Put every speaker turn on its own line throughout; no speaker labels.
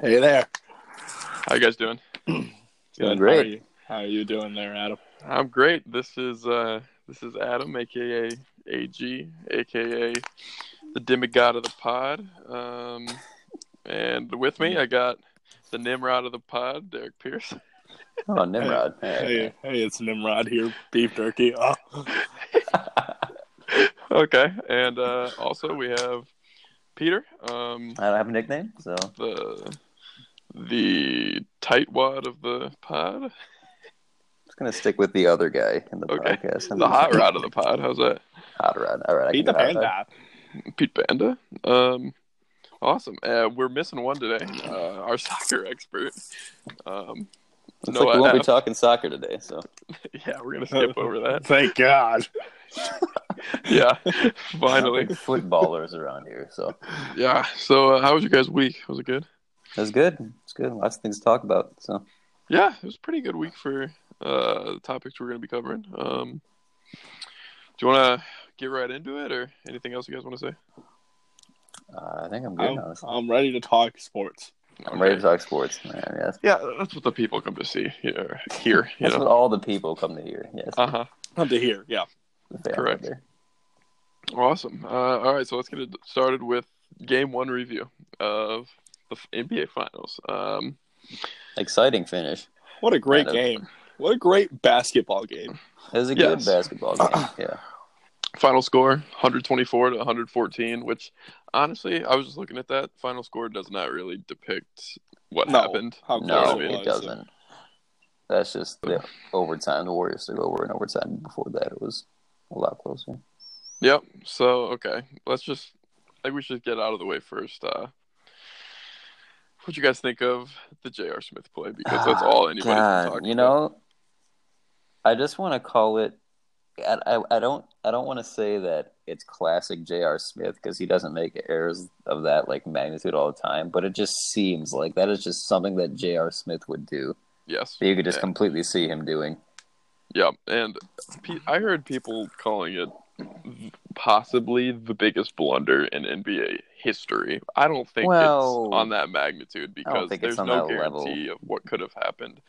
Hey there.
How you guys doing?
Doing
How are
great.
you?
How are you doing there, Adam?
I'm great. This is uh this is Adam, aka AG, aka the demigod of the pod. Um, and with me, I got the Nimrod of the pod, Derek Pierce.
Oh, Nimrod. Hey.
Hey, hey, it's Nimrod here, beef jerky. Oh,
Okay, and uh, also we have Peter, um,
I don't have a nickname, so
the the tightwad of the pod,
just gonna stick with the other guy in the
Okay.
podcast. I'm
the
just-
hot rod of the pod. How's that?
Hot rod. All right. I
beat
can
the
do hot rod.
panda.
Pete Banda. Um, awesome. Uh, we're missing one today. Uh, our soccer expert. Um,
Looks
No,
like we
I-
won't be
I-
talking soccer today. So
yeah, we're gonna skip over that.
Thank God.
Yeah, finally.
Like footballers around here. So
Yeah. So, uh, how was your guys' week? Was it good?
that's good. It's good. Lots of things to talk about. So
Yeah, it was a pretty good week for uh, the topics we're gonna be covering. Um, do you want to get right into it, or anything else you guys want to say?
uh, I think I'm good.
I'm,
honestly.
I'm ready to talk sports.
I'm ready to talk sports. Man, yes.
Yeah, that's what the people come to see here. Here, you
That's
know.
what all the people come to hear. Yes.
Uh huh.
Come to here. Yeah.
the family
correct.
there.
Awesome. Uh, all right, so let's get it started with game one review of the f- NBA Finals. Um,
Exciting finish.
What a great
Adam.
game. What a great basketball game.
It was a
Yes.
good basketball game. Yeah.
final score 124 to 114, which honestly, I was just looking at that. Final score does not really depict what
No.
happened.
How
No,
course it
it,
was.
doesn't. That's just the overtime. The Warriors took over in overtime. Before that, it was a lot closer.
Yep. So, okay, let's just, I think we should get out of the way first. Uh, what you guys think of the J.R. Smith play? Because that's
Ah,
all anybody can talk
God, you
about.
know, I just want to call it. I, I, I don't I don't want to say that it's classic J.R. Smith because he doesn't make errors of that like magnitude all the time, but it just seems like that is just something that J.R. Smith would do.
Yes.
That you could just
Yeah.
completely see him doing.
Yeah, and pe- I heard people calling it possibly the biggest blunder in NBA history. I don't think
Well,
it's on that magnitude because
think it's
there's
on
no
that level.
guarantee of what could have happened,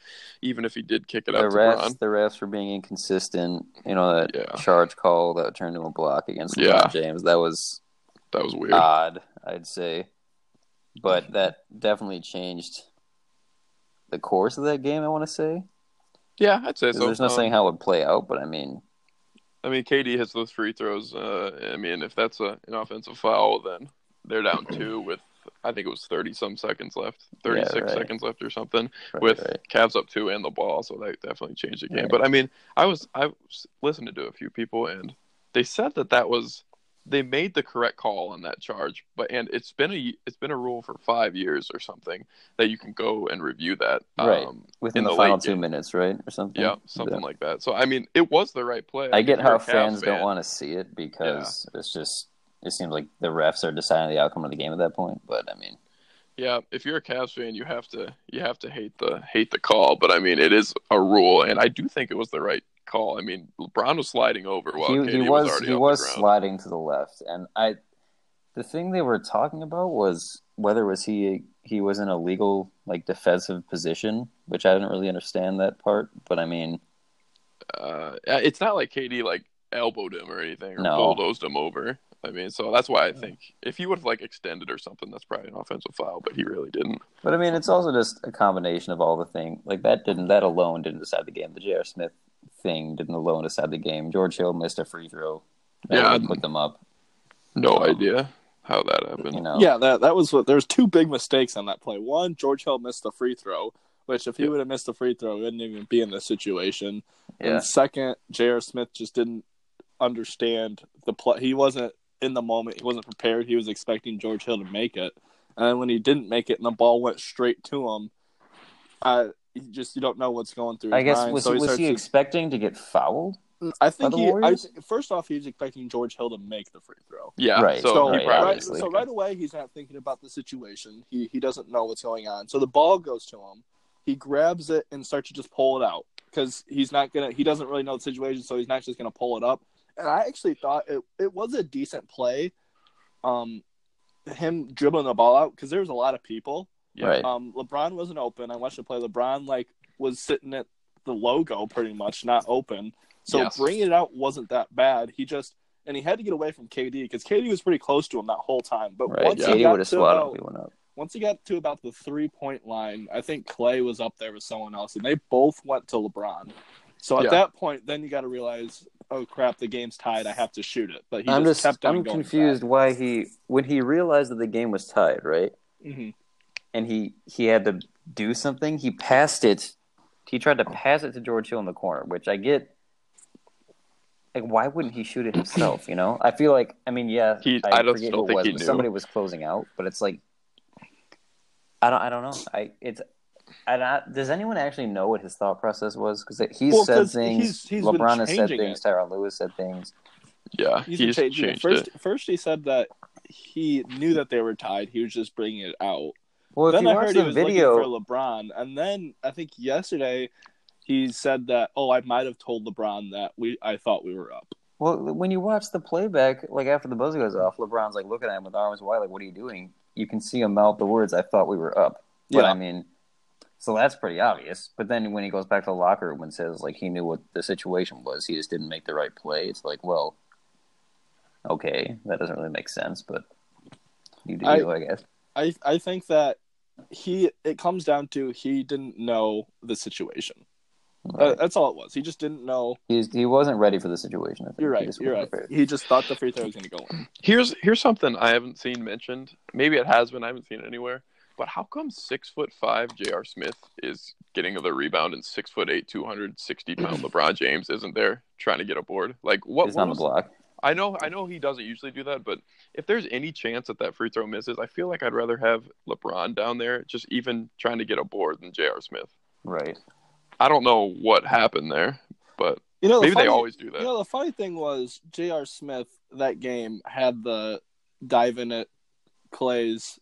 even if he did kick it
The
out to
refs,
Bron.
the refs were being inconsistent. You know that
Yeah.
charge call that turned into a block against LeBron
Oh. Yeah.
James. That was
That was weird.
odd, I'd say. But that definitely changed the course of that game, I want to say.
yeah, I'd say
'Cause
so.
There's no
Um,
saying how it would play out, but I mean,
I mean, KD hits those free throws. Uh, I mean, if that's a, an offensive foul, then they're down two with I think it was thirty some seconds left, thirty six
right.
seconds left or something.
right,
with
right.
Cavs up two and the ball, so that definitely changed the game.
Right.
But I mean, I was I was listening to a few people, and they said that that was they made the correct call on that charge. But and it's been a it's been a rule for five years or something that you can go and review that.
Right.
Um,
within
in
the,
the
final
late
two
game.
minutes, right, or something.
yeah, something
Yeah.
like that. So I mean, it was the right play.
I get
mean, you're
how
a Cavs
fans don't
fan.
want to see it because it's just it seems like the refs are deciding the outcome of the game at that point. But I mean,
Yeah, if you're a Cavs fan, you have to you have to hate the hate the call. But I mean, it is a rule, and I do think it was the right call. I mean, LeBron was sliding over while
he,
KD
he
was,
was,
already
he
on
was
the ground.
sliding to the left, and I the thing they were talking about was whether was he he was in a legal like defensive position, which I didn't really understand that part. But I mean,
uh, it's not like KD like elbowed him or anything or
No.
bulldozed him over. I mean, so that's why I think if he would have like extended or something, that's probably an offensive foul, but he really didn't.
but I mean, it's also just a combination of all the things like that didn't that alone didn't decide the game. The J.R. Smith thing didn't alone decide the game. George Hill missed a free throw. That
Yeah.
would put them up.
No
Um,
idea how that happened.
You know,
Yeah, that that was what. There's two big mistakes on that play. One, George Hill missed the free throw, which if he
Yeah.
would have missed the free throw, he wouldn't even be in this situation.
yeah.
And second, J.R. Smith just didn't understand the play. He wasn't in the moment. He wasn't prepared. He was expecting George Hill to make it, and then when he didn't make it, and the ball went straight to him, I you just you don't know what's going through. His
I guess
mind.
was
so
he, was
starts
he
to-
expecting to get fouled?
I
by
think
the
he. I,
Warriors?
think- first off, he was expecting George Hill to make the free throw.
yeah,
right,
so,
So,
he
right,
probably
right,
obviously.
so right away he's not thinking about the situation. He he doesn't know what's going on. So the ball goes to him. He grabs it and starts to just pull it out because he's not gonna. He doesn't really know the situation, so he's not just gonna pull it up. And I actually thought it it was a decent play, um, him dribbling the ball out because there was a lot of people.
Yeah.
Right.
Um, LeBron wasn't open. I watched him play. LeBron like was sitting at the logo pretty much, not open. So
Yes.
bringing it out wasn't that bad. He just and he had to get away from KD because KD was pretty close to him that whole time. But
Right.
once he
Katie
got
would have
to
swatted him
about-
if he went up.
once he got to about the three point line, I think Clay was up there with someone else, and they both went to LeBron. So at
Yeah.
that point, then you got to realize, oh crap, the game's tied. I have to shoot it. But he
I'm
just,
just,
kept on
I'm
going
confused why he when he realized that the game was tied, right?
hmm
And he he had to do something. He passed it. He tried to pass it to George Hill in the corner, which I get. Like, why wouldn't he shoot it himself? You know, I feel like I mean, yeah,
He-
I,
I just
forget
don't
who it
think
was,
he
but
knew.
somebody was closing out. But it's like, I don't, I don't know. I it's, I don't, does anyone actually know what his thought process was? Because he's
Well,
said
'cause
things,
he's- he's been
LeBron has said
changing
things, Tyron Lewis said things.
Yeah,
He's,
he's,
been
changed,
changing it. First, first he said that he knew that they were tied. He was just bringing it out.
Well, if
then
you
I
watch
heard he
the
was
video,
looking for LeBron, and then I think yesterday he said that, oh, I might have told LeBron that we I thought we were up.
Well, when you watch the playback, like after the buzzer goes off, LeBron's like looking at him with arms wide, like, "What are you doing?" You can see him mouth the words, "I thought we were up." But
Yeah.
I mean, so that's pretty obvious. But then when he goes back to the locker room and says like he knew what the situation was, he just didn't make the right play. It's like, well, okay, that doesn't really make sense, but you do,
I-
you, I guess.
I I think that he it comes down to he didn't know the situation. Uh,
Right.
that's all it was. He just didn't know.
He's, he wasn't ready for the situation. I think.
You're
He
right.
just
You're right.
wasn't prepared.
He just thought the free throw was going to go in.
Here's here's something I haven't seen mentioned. Maybe it has been. I haven't seen it anywhere. But how come six foot five J.R. Smith is getting the rebound and six foot eight, two hundred sixty pound LeBron James isn't there trying to get a board? Like what?
He's
what
on the
was-
block.
I know I know he doesn't usually do that, but if there's any chance that that free throw misses, I feel like I'd rather have LeBron down there just even trying to get a board than J.R. Smith.
Right.
I don't know what happened there, but
You know, the
maybe
funny,
they always do that.
You know, the funny thing was J.R. Smith that game had the dive in at Clay's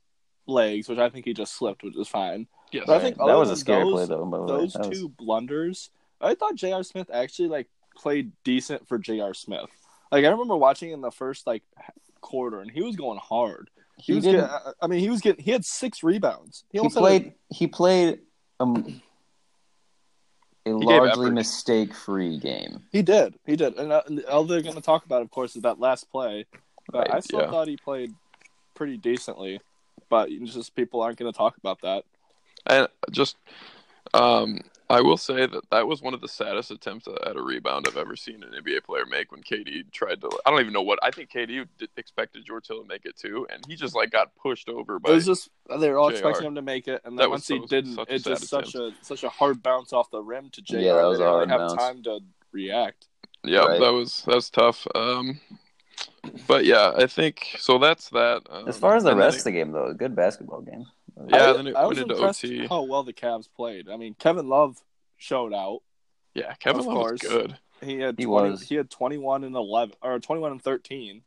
legs, which I think he just slipped, which is fine.
yes.
But I think
Right.
other
that was a
than
scary
those-
play, though. By the way.
Those
That was-
two blunders, I thought J.R. Smith actually like played decent for J.R. Smith. Like I remember watching in the first like quarter, and he was going hard.
He
He, was getting,
didn't-
I- I mean, he was getting. He had six rebounds. He
he
almost had,
played.
like-
he played um, a
gave
largely
effort.
mistake-free game.
he did. He did. And, uh, and all they're going to talk about, of course, is that last play. But
Right,
I still
yeah.
thought he played pretty decently. But it's just people aren't going to talk about that.
And just, um, I will say that that was one of the saddest attempts at a rebound I've ever seen an NBA player make when KD tried to. I don't even know what. I think KD d- expected George Hill to make it too, and he just like got pushed over by.
It was just uh, they were all
JR.
expecting him to make it, and
That
then
was
once
so-
he didn't,
such a
it's just
sad
such a such a hard bounce off the rim to Jr.
Yeah, that was
they
a hard
didn't really have
bounce.
time to react.
yeah,
Right.
that was that was tough. Um, but yeah, I think so. That's that. Um,
As far as the
and then
rest of the game, though, a good basketball game.
Yeah,
I,
then it
I
went
was
into
impressed
OT.
how well the Cavs played. I mean, Kevin Love showed out.
it- yeah, Kevin
of
Love was
course.
good.
He had
He
20,
was.
he had twenty one and eleven or twenty one and thirteen.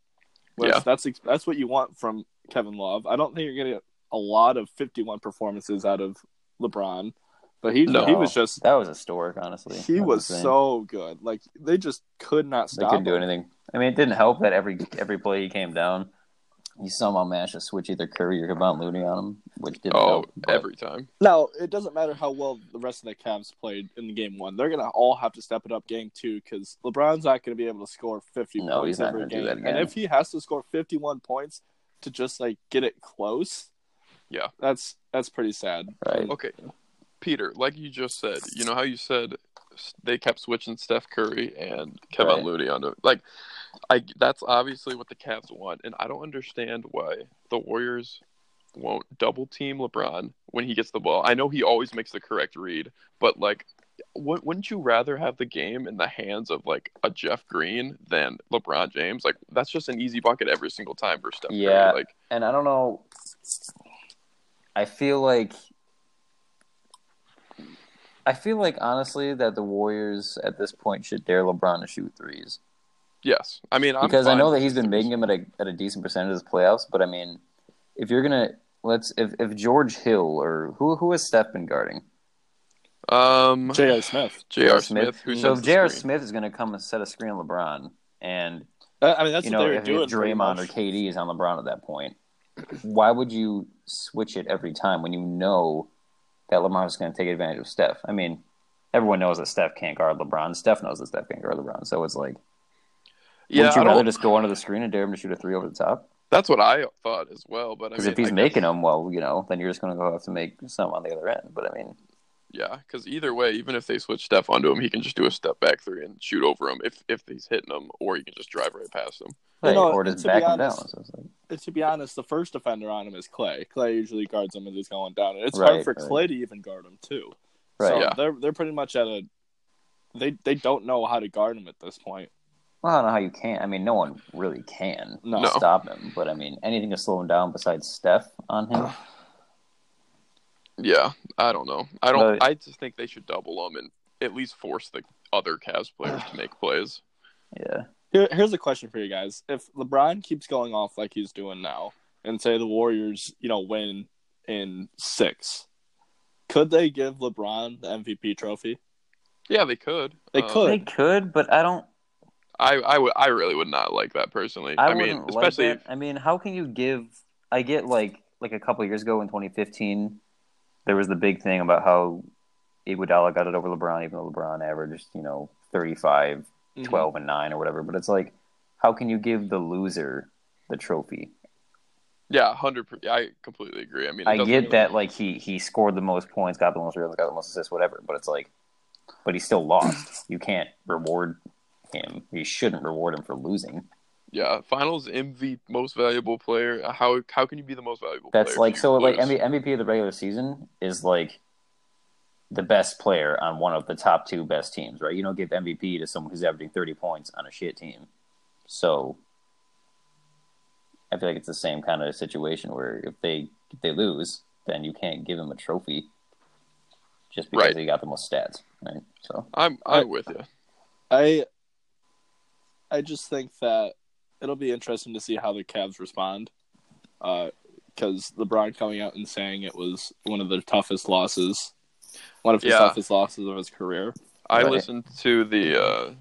Which
Yeah.
that's ex- that's what you want from Kevin Love. I don't think you're gonna get a lot of fifty one performances out of LeBron, but he
No.
he was just
That was historic, honestly.
he
That
was
insane.
so good. Like they just could not
they
stop.
couldn't do
him.
anything. I mean, it didn't help that every every play he came down, he somehow managed to switch either Curry or Kevon Looney on him, which didn't
Oh,
help. but-
every time.
Now, it doesn't matter how well the rest of the Cavs played in the game one. They're going to all have to step it up game two because LeBron's not going to be able to score 50
No,
points
he's not
every
gonna do
game.
that again.
And if he has to score 51 points to just like get it close,
Yeah.
That's that's pretty sad.
Right.
Okay, Peter, like you just said, you know how you said s- they kept switching Steph Curry and Kevin
Right.
Looney onto like, I that's obviously what the Cavs want, and I don't understand why the Warriors won't double team LeBron when he gets the ball. I know he always makes the correct read, but like. wou- Wouldn't you rather have the game in the hands of like a Jeff Green than LeBron James? Like that's just an easy bucket every single time for Steph Curry.
Yeah.
Like
and I don't know. I feel like I feel like honestly that the Warriors at this point should dare LeBron to shoot threes
yes, I mean I'm
because I
fine
know
with
that he's been
threes.
making them at a at a decent percentage of his playoffs. But I mean, if you're gonna let's if if George Hill or who who has Steph been guarding
Um,
J.R. Smith.
J.R. Smith, who
so
sets
if
the
J.R.
screen.
Smith is gonna come and set a screen on LeBron and
I I mean, that's
you
what
know
they were
if,
doing.
if
pretty
Draymond or
much.
KD is on LeBron at that point. why would you switch it every time when you know that Lamar's going to take advantage of Steph? I mean, everyone knows that Steph can't guard LeBron. Steph knows that Steph can't guard LeBron. So it's like,
Yeah,
wouldn't
I
you rather
don't,
just go under the screen and dare him to shoot a three over the top?
that's what I thought as well. But I
Because
mean,
if he's
I guess-
making them, well, you know, then you're just going to go have to make some on the other end. But I mean,
yeah, because either way, even if they switch Steph onto him, he can just do a step back three and shoot over him if if he's hitting him, or he can just drive right past him.
You know,
right, or just
to be
back him down.
honest-
So it's like,
And to be honest, the first defender on him is Clay. Clay usually guards him as he's going down, and it's
Right,
hard for
right.
Clay to even guard him too. So
Right.
Yeah.
they're they're pretty much at a they they don't know how to guard him at this point.
well, I don't know how you can. I mean, no one really can
No.
No.
stop him. But I mean, anything to slow him down besides Steph on him.
Yeah, I don't know. I don't.
But-
I just think they should double him and at least force the other Cavs players to make plays.
Yeah.
Here, here's a question for you guys: If LeBron keeps going off like he's doing now, and say the Warriors, you know, win in six, could they give LeBron the MVP trophy?
Yeah, they could. Um,
They could.
They could, but I don't.
I I would. I really would not like that personally.
I,
I, mean,
wouldn't
especially
like that. I mean, how can you give? I get like like a couple years ago in 2015, there was the big thing about how Iguodala got it over LeBron, even though LeBron averaged you know 35,
Mm-hmm.
12, and nine or whatever. But it's like, how can you give the loser the trophy?
yeah, hundred. I completely agree. I mean, it
I
doesn't
get
really-
that like he he scored the most points, got the most rebounds, got the most assists, whatever. But it's like, but he still lost. You can't reward him. You shouldn't reward him for losing.
Yeah, Finals MVP, most valuable player. How how can you be the most valuable?
That's
player
like
if
so.
you
Like
lose?
MV- MVP of the regular season is like the best player on one of the top two best teams, right? You don't give MVP to someone who's averaging thirty points on a shit team. So I feel like it's the same kind of situation where if they if they lose, then you can't give him a trophy just because
Right.
he got the most stats, right? So
I'm I'm with you.
I I just think that it'll be interesting to see how the Cavs respond. Because LeBron coming out and saying it was one of their toughest losses, one of his
Yeah.
toughest losses of his career.
I
Right.
listened to the uh,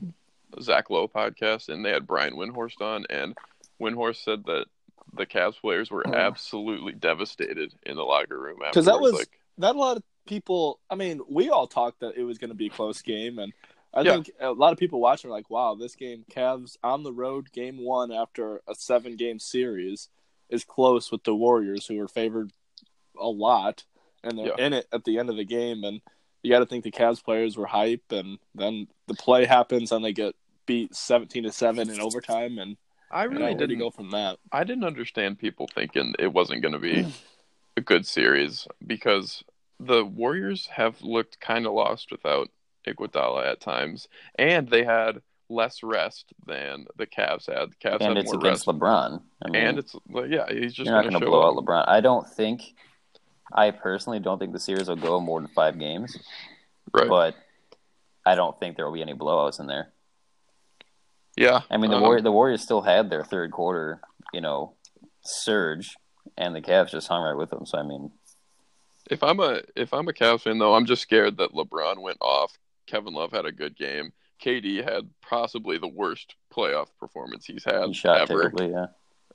Zach Lowe podcast, and they had Brian Windhorst on, and Windhorst said that the Cavs players were
Hmm.
absolutely devastated in the locker room. Because
that was- Not a lot of people. I mean, we all talked that it was going to be a close game, and I
Yeah.
think a lot of people watching were like, "Wow, this game, Cavs on the road, game one after a seven-game series, is close with the Warriors, who were favored a lot, and they're
Yeah.
in it at the end of the game." And you got to think the Cavs players were hype, and then the play happens, and they get beat seventeen to seven in overtime, and
I
you
really
know, where do
didn't
you go from that?
I didn't understand people thinking it wasn't going to be
Mm.
a good series because the Warriors have looked kind of lost without Iguodala at times, and they had less rest than the Cavs had. The Cavs
and
had
it's
more
against
rest,
LeBron. I mean,
and it's like, yeah, he's just
you're not
going
going
to
to
show
blow
up.
out LeBron. I don't think. I personally don't think the series will go more than five games.
Right?
but I don't think there will be any blowouts in there.
yeah,
I mean, the
um,
Warriors, the Warriors still had their third quarter, you know, surge, and the Cavs just hung right with them. So I mean,
If I'm a if I'm a Cavs fan though, I'm just scared that LeBron went off. Kevin Love had a good game. KD had possibly the worst playoff performance he's
he
had
shot
ever.
typically, yeah.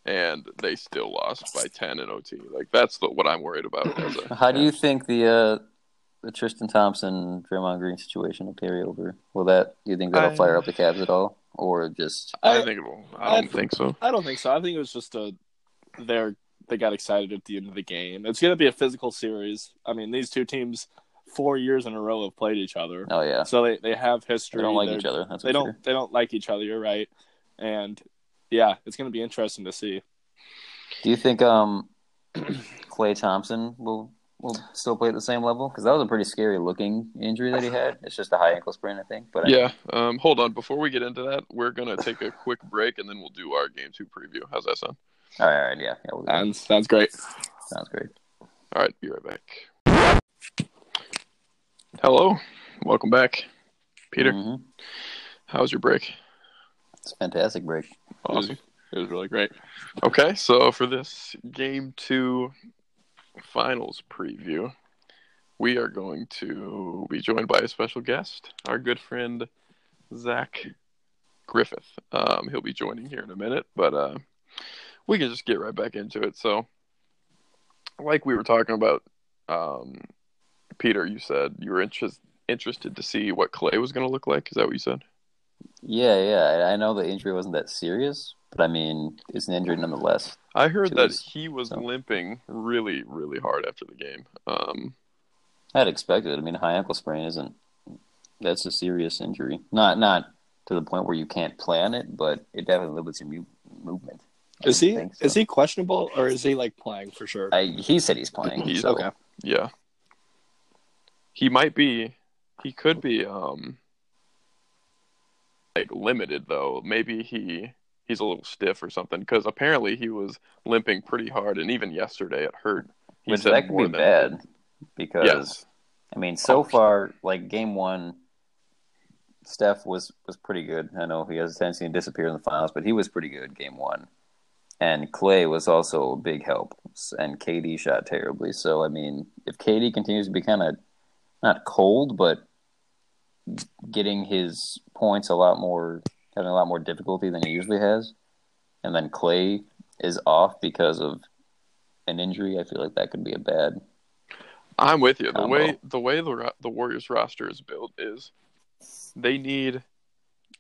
and they still lost by 10 in OT. Like that's the, what I'm worried about. As a,
How do you think the uh, the Tristan Thompson, Draymond Green situation will carry over? Will that do you think that'll
I-
fire up the Cavs at all, or just
I
I-
think it'll, I don't
I-
think so.
I don't think so. I think it was just a they're they got excited at the end of the game. It's going to be a physical series. I mean, these two teams four years in a row have played each other,
oh yeah,
so they they have history.
they don't like
They're-
each other. That's
They
for
don't
sure.
they don't like each other. You're right, and yeah, it's going to be interesting to see.
Do you think um, Clay Thompson will will still play at the same level? Because that was a pretty scary looking injury that he had. It's just a high ankle sprain, I think. But I
Yeah. Um, hold on. Before we get into that, we're going to take a quick break and then we'll do our game two preview. How's that sound?
All right, all right, yeah, yeah, we'll do that.
And sounds great.
sounds great.
All right. Be right back. Hello. Welcome back. Peter,
Mhm.
how's your break?
it's a fantastic break.
It was-
Awesome.
It was really great.
Okay. So for this game two finals preview, we are going to be joined by a special guest, our good friend Zach Griffith. Um, he'll be joining here in a minute, but uh, we can just get right back into it. So, like we were talking about, um, Peter, you said you were interest, interested to see what Clay was going to look like. Is that what you said?
Yeah, yeah. I, I know the injury wasn't that serious, but I mean, it's an injury nonetheless.
I heard
Two
that
weeks.
he was
So-
limping really, really hard after the game. Um,
I'd expected. I mean, high ankle sprain isn't that's a serious injury. Not not to the point where you can't plan it, but it definitely limits your mu- movement. I
Is he
think so.
is he questionable or is he like playing for sure?
I, he said he's playing.
He's
so-
okay.
yeah, he might be. He could be um, like limited though. Maybe he he's a little stiff or something because apparently he was limping pretty hard, and even yesterday it hurt. He
Which
said
that could
more
be
than-
bad because
Yes.
I mean, so
100%.
far, like game one, Steph was was pretty good. I know he has a tendency to disappear in the finals, but he was pretty good game one. And Clay was also a big help, and KD shot terribly. So I mean, if KD continues to be kind of not cold, but getting his points a lot more, having a lot more difficulty than he usually has, and then Clay is off because of an injury, I feel like that could be a bad.
I'm with you. The
combo.
way the way the ro- the Warriors roster is built is they need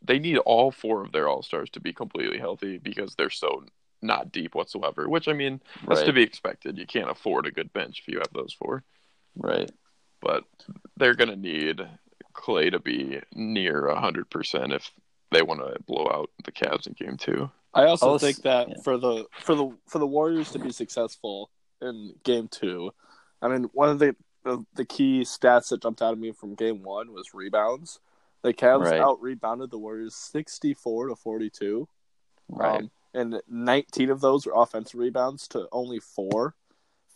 they need all four of their all stars to be completely healthy because they're so not deep whatsoever. Which I mean, that's to be expected. You can't afford a good bench if you have those four,
right.
but they're gonna need Clay to be near hundred percent if they want to blow out the Cavs in Game Two.
I also
I'll s-
think that
yeah.
for the for the for the Warriors to be successful in Game Two, I mean one of the the, the key stats that jumped out at me from Game One was rebounds. The Cavs
Right.
out rebounded the Warriors sixty four to forty two.
Right.
Um, and 19 of those were offensive rebounds to only four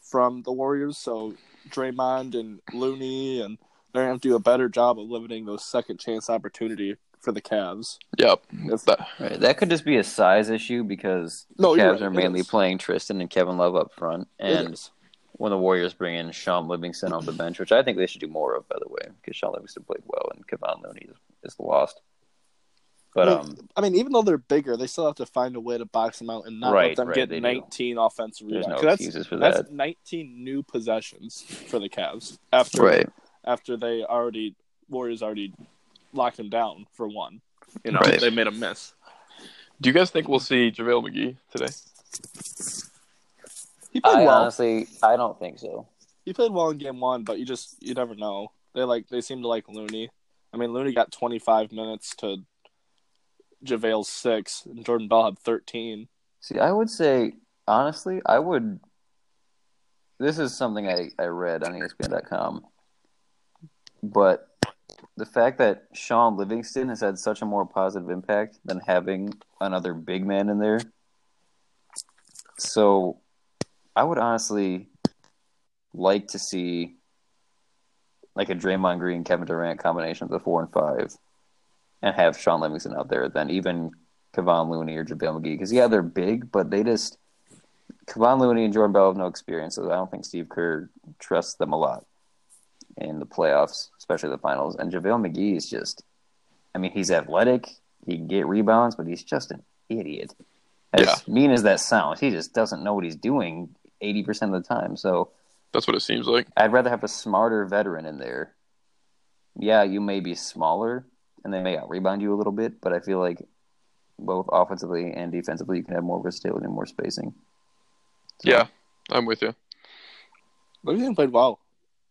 from the Warriors. So Draymond and Looney, and they're going to have to do a better job of limiting those second chance opportunity for the Cavs.
Yep.
If-
That-
Right, that could just be a size issue because
No,
the
Oh, you're
Cavs
right,
are
it
mainly
is.
playing Tristan and Kevin Love up front, and
Yes.
when the Warriors bring in Sean Livingston off the bench, which I think they should do more of, by the way, because Sean Livingston played well and Kevon Looney is, is lost. But
Well,
um,
I mean, even though they're bigger, they still have to find a way to box them out and not
Right,
let them
right, they
get
do.
19 offensive
there's
rebounds.
no
'Cause that's,
excuses for
that's
that,
19 new possessions for the Cavs after
right?
after they already Warriors already locked them down for one. You know,
Right.
they made a miss.
do you guys think we'll see JaVale McGee today?
He played
I uh,
well.
honestly, I don't think so.
He played well in game one, but you just you never know. They like they seem to like Looney. I mean, Looney got 25 minutes to JaVale's six, and Jordan Bell had 13.
See, I would say honestly, I would. This is something I, I read on E ESPN.com, but the fact that Sean Livingston has had such a more positive impact than having another big man in there. So, I would honestly like to see like a Draymond Green Kevin Durant combination of the four and five, and have Sean Livingston out there. Then even Kevon Looney or JaVale McGee because yeah, they're big, but they just Kevon Looney and Jordan Bell have no experience, so I don't think Steve Kerr trusts them a lot in the playoffs, especially the finals. And JaVale McGee is just, I mean, he's athletic, he can get rebounds, but he's just an idiot. As
Yeah.
mean as that sounds, he just doesn't know what he's doing eighty percent of the time. So
That's what it seems like.
I'd rather have a smarter veteran in there. Yeah, you may be smaller and they may out rebound you a little bit, but I feel like both offensively and defensively, you can have more versatility and more spacing. So,
Yeah, I'm with you.
Livingston played well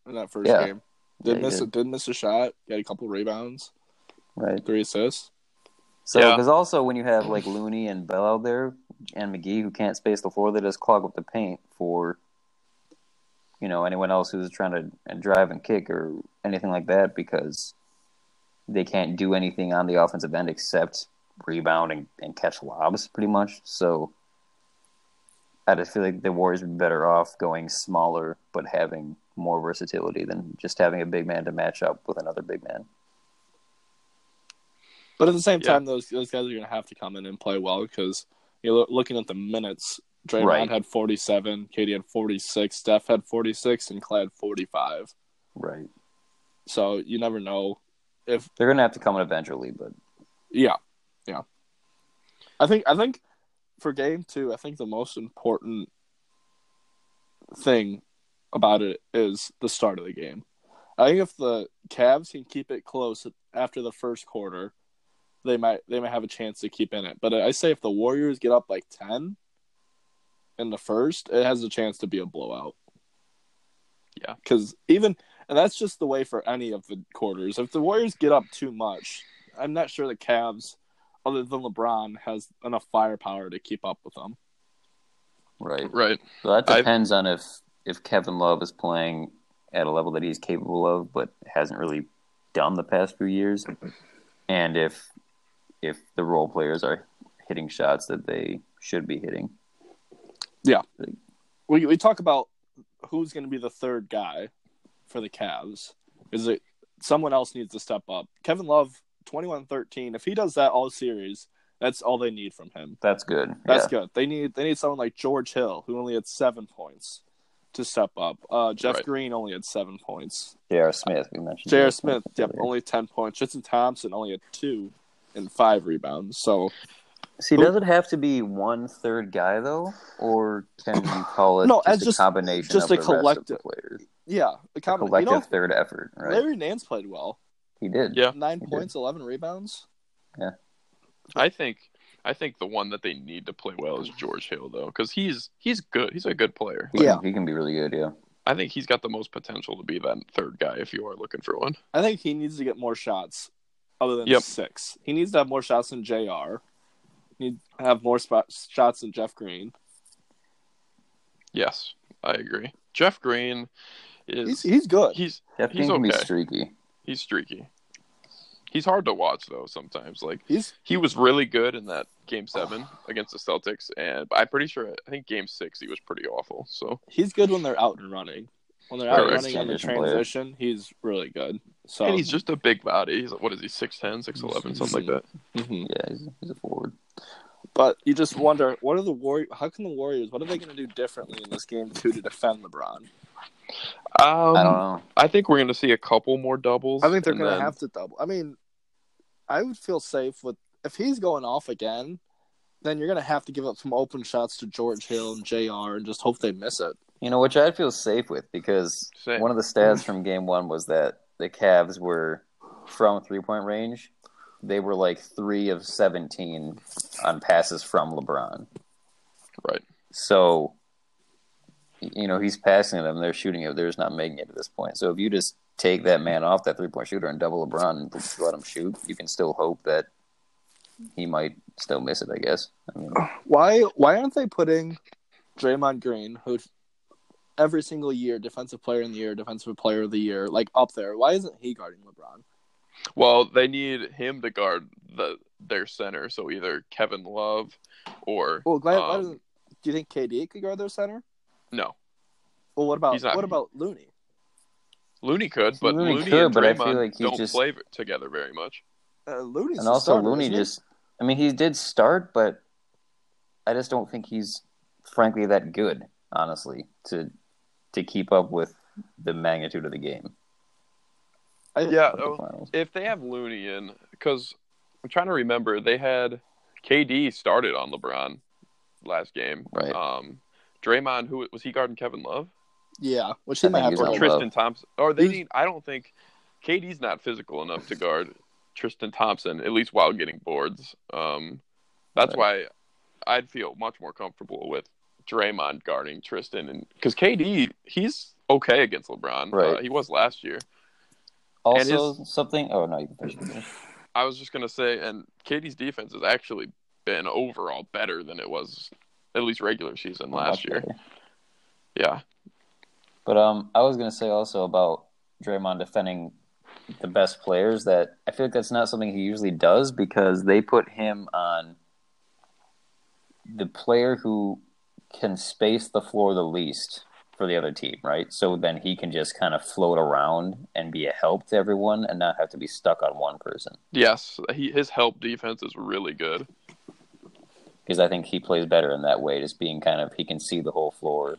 in that first
Yeah.
game. Did
Yeah, he
miss
did.
did. did miss a shot. Got a couple rebounds,
Right.
three assists.
So,
Yeah.
because also when you have like Looney and Bell out there and McGee who can't space the floor, they just clog up the paint for, you know, anyone else who's trying to and drive and kick or anything like that because they can't do anything on the offensive end except rebound and, and catch lobs pretty much. So, I just feel like the Warriors would be better off going smaller but having more versatility than just having a big man to match up with another big man.
But at the same
Yeah.
time, those those guys are going to have to come in and play well because you know, looking at the minutes, Draymond
Right.
had 47, Katie had 46, Steph had 46, and Clay had 45.
Right.
So you never know if
They're going to have to come in eventually, but
yeah, yeah. I think I think for game two, I think the most important thing about it is the start of the game. I think if the Cavs can keep it close after the first quarter, they might they might have a chance to keep in it. But I say if the Warriors get up like ten in the first, it has a chance to be a blowout.
Yeah.
because even and that's just the way for any of the quarters. If the Warriors get up too much, I'm not sure the Cavs, other than LeBron, has enough firepower to keep up with them.
Right.
Right.
So that
I-
depends on if if Kevin Love is playing at a level that he's capable of, but hasn't really done the past few years, and if if the role players are hitting shots that they should be hitting.
we we talk about who's going to be the third guy for the Cavs. Is it someone else needs to step up? Kevin Love, 21-13. If he does that all series, that's all they need from him.
That's good.
That's
yeah.
good. They need they need someone like George Hill, who only had seven points, to step up. Uh, Jeff
Right.
Green only had seven points.
J.R. Smith. We mentioned
J.R.
J.R.
Smith, yep,
earlier.
only ten points. Tristan Thompson only had two and five rebounds. So
See,
Who-
does it have to be one third guy though, or can you call it
No,
just
it's
a
just-
combination
just
of the rest
a
of the
collective-
players?
yeah, the
A
combination. You
collective
know,
third effort, right?
Larry Nance played well.
he did.
Yeah.
Nine
He did.
points, eleven rebounds.
I think I think the one that they need to play well is George Hill though, because he's he's good. He's a good player.
He can-
Yeah.
he can be really good. Yeah,
I think he's got the most potential to be that third guy if you are looking for one.
I think he needs to get more shots other than
Yep.
six. He needs to have more shots than JR. Need to have more spot- shots than Jeff Green.
Yes, I agree. Jeff Green
He's
is
he's good.
he's
Jeff
He's
Green can be
okay.
streaky.
he's streaky. He's hard to watch though sometimes. Like
He's
he was really good in that game
Oh.
seven against the Celtics, and I'm pretty sure I think game six he was pretty awful. So
he's good when they're out and running. When they're out
Right,
and
right.
running on the
Transition player.
transition, he's really good. So
and he's just a big body. He's what is he 6'10", 6'11", something like that.
Mhm.
Yeah, he's, he's a forward.
but you just wonder what are the war? How can the Warriors? What are they going to do differently in this game two to defend LeBron?
Um,
I
I,
don't know.
think we're gonna see a couple more doubles.
I think they're
and
going to
then-
have to double. I mean, I would feel safe with if he's going off again, then you're going to have to give up some open shots to George Hill and JR and just hope they miss it.
You know, which I feel safe with because
Same.
one of the stats from game one was that the Cavs were from three point range. They were like three of 17 on passes from LeBron.
Right.
So, you know, he's passing them. They're shooting it. They're just not making it at this point. So if you just take that man off that three point shooter and double LeBron and just let him shoot, you can still hope that he might still miss it, I guess. I mean,
Why why aren't they putting Draymond Green, who every single year defensive player in the year, defensive player of the year, like up there? Why isn't he guarding LeBron?
Well, they need him to guard the their center, so either Kevin Love or
Well, glad, why
Um,
doesn't, do you think KD could guard their center?
no
Well, what about
he's not-
what about Looney?
Looney could, but
Looney
Looney,
could,
and
but I
Draymond
feel like he
don't
just-
play together very much.
Uh, Looney's
and
the
also
starter,
Looney
isn't he?
just I mean he did start, but I just don't think he's frankly that good, honestly, to to keep up with the magnitude of the game.
I-
Yeah,
of the
oh,
finals.
if they have Looney in, because I'm trying to remember, they had KD started on LeBron last game.
Right.
Um, Draymond, who was he guarding? Kevin Love
yeah, which
I
he might
think
have
he's
to
or
on
Tristan
Love.
Thompson? Or they
Who's-
need? I don't think KD's not physical enough to guard Tristan Thompson, at least while getting boards. Um, that's why I'd feel much more comfortable with Draymond guarding Tristan, and because KD he's okay against LeBron.
Right.
Uh, he was last year. and
Also something oh no you can finish it.
I was just gonna say, and KD's defense has actually been overall better than it was at least regular season last
Much
year.
better.
Yeah,
But um I was gonna say also about Draymond defending the best players that I feel like that's not something he usually does because they put him on the player who can space the floor the least for the other team, right? So then he can just kind of float around and be a help to everyone and not have to be stuck on one person.
yes, he, his help defense is really good.
Because I think he plays better in that way, just being kind of he can see the whole floor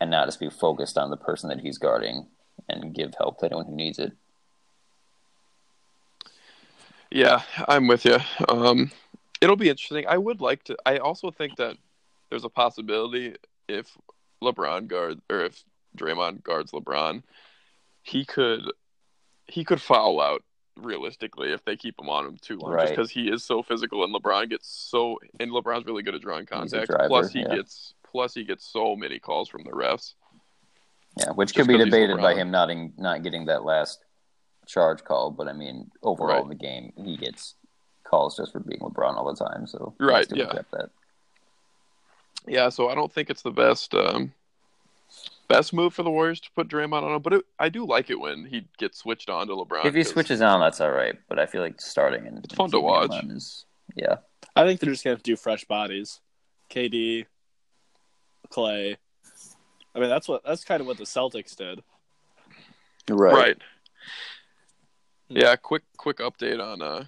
and not just be focused on the person that he's guarding and give help to anyone who needs it.
Yeah, I'm with you. Um, it'll be interesting. I would like to. I also think that there's a possibility if LeBron guard or if Draymond guards LeBron, he could he could foul out realistically if they keep him on him too long, just
Right.
because he is so physical and LeBron gets so and LeBron's really good at drawing contact.
driver,
plus he
yeah.
gets plus he gets so many calls from the refs.
Yeah, which
Just
could be
'cause he's
debated by
LeBron.
him not in, not getting that last charge call, but I mean, overall in the game, he gets calls just for being LeBron all the time. So he
Right,
has to
yeah.
accept That.
Yeah, so I don't think it's the best um, best move for the Warriors to put Draymond on him, but it, I do like it when he gets switched on to LeBron.
If he
'cause-
switches on, that's all right. But I feel like starting and
It's fun to
keeping
watch.
him on Is, yeah,
I think they're just gonna have to do fresh bodies. KD, Clay. I mean, that's what that's kind of what the Celtics did.
right.
Hmm.
Yeah, quick quick update on uh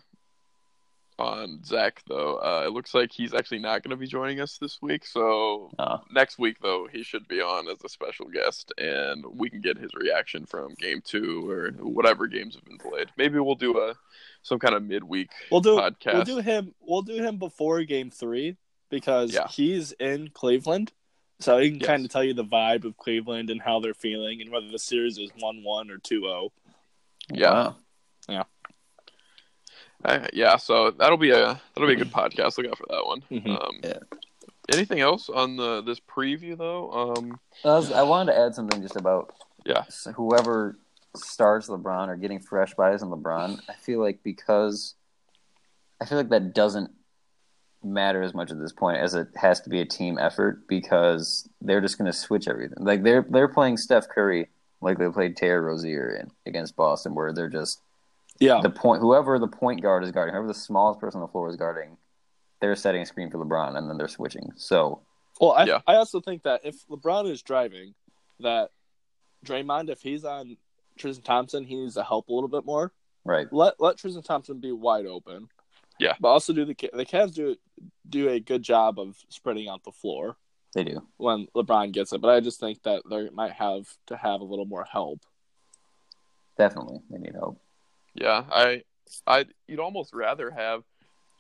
on Zach though. Uh, it looks like he's actually not going to be joining us this week. So
Uh,
next week though, he should be on as a special guest, and we can get his reaction from Game Two or whatever games have been played. Maybe we'll do a some kind of midweek
We'll do
podcast.
we'll do him we'll do him before game three because
Yeah.
he's in Cleveland. So he can
Yes.
kind of tell you the vibe of Cleveland and how they're feeling and whether the series is one one or oh. 2 0.
Yeah.
wow.
Uh, yeah, so that'll be a that'll be a good
Mm-hmm.
podcast. Look out for that one.
Mhm.
Um,
Yeah.
Anything else on the this preview though? Um,
I, was- I wanted to add something just about
Yeah.
s- whoever starts LeBron or getting fresh bodies on LeBron. I feel like because I feel like that doesn't matter as much at this point as it has to be a team effort because they're just going to switch everything. Like they're they're playing Steph Curry like they played Terry Rozier in against Boston, where they're just
Yeah.
the point whoever the point guard is guarding, whoever the smallest person on the floor is guarding, they're setting a screen for LeBron and then they're switching. So
Well, I,
Yeah.
I also think that if LeBron is driving, that Draymond, if he's on Tristan Thompson, he needs to help a little bit more.
right,
Let let Tristan Thompson be wide open.
Yeah.
but also do the Ca- the Cavs do do a good job of spreading out the floor
they do.
when LeBron gets it. But I just think that they might have to have a little more help.
Definitely. They need help.
yeah, I I you'd almost rather have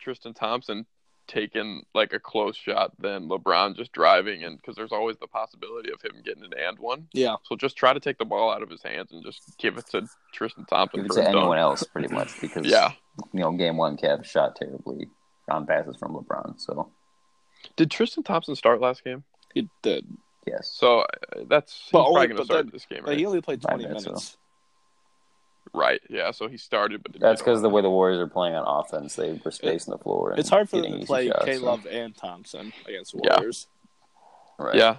Tristan Thompson taking like a close shot than LeBron just driving, and because there's always the possibility of him getting an and one.
Yeah,
So just try to take the ball out of his hands and just give it to Tristan Thompson
Give it
for
to
a dunk.
anyone else pretty much because
Yeah.
you know, game one Cavs shot terribly on passes from LeBron. So
Did Tristan Thompson start last game?
he did.
yes.
So uh, that's he's
But only-
probably going
but
to start
then-
this game,
Like,
right?
he only played
I
twenty
bet so.
minutes.
Right. Yeah. So he started, but didn't
That's
get a
because the way the Warriors are playing on offense, they were spacing the floor. And
It's hard for them
getting
to
easy
play
shots,
K
so-
Love and Thompson against the
Yeah.
Warriors.
Right.
Yeah.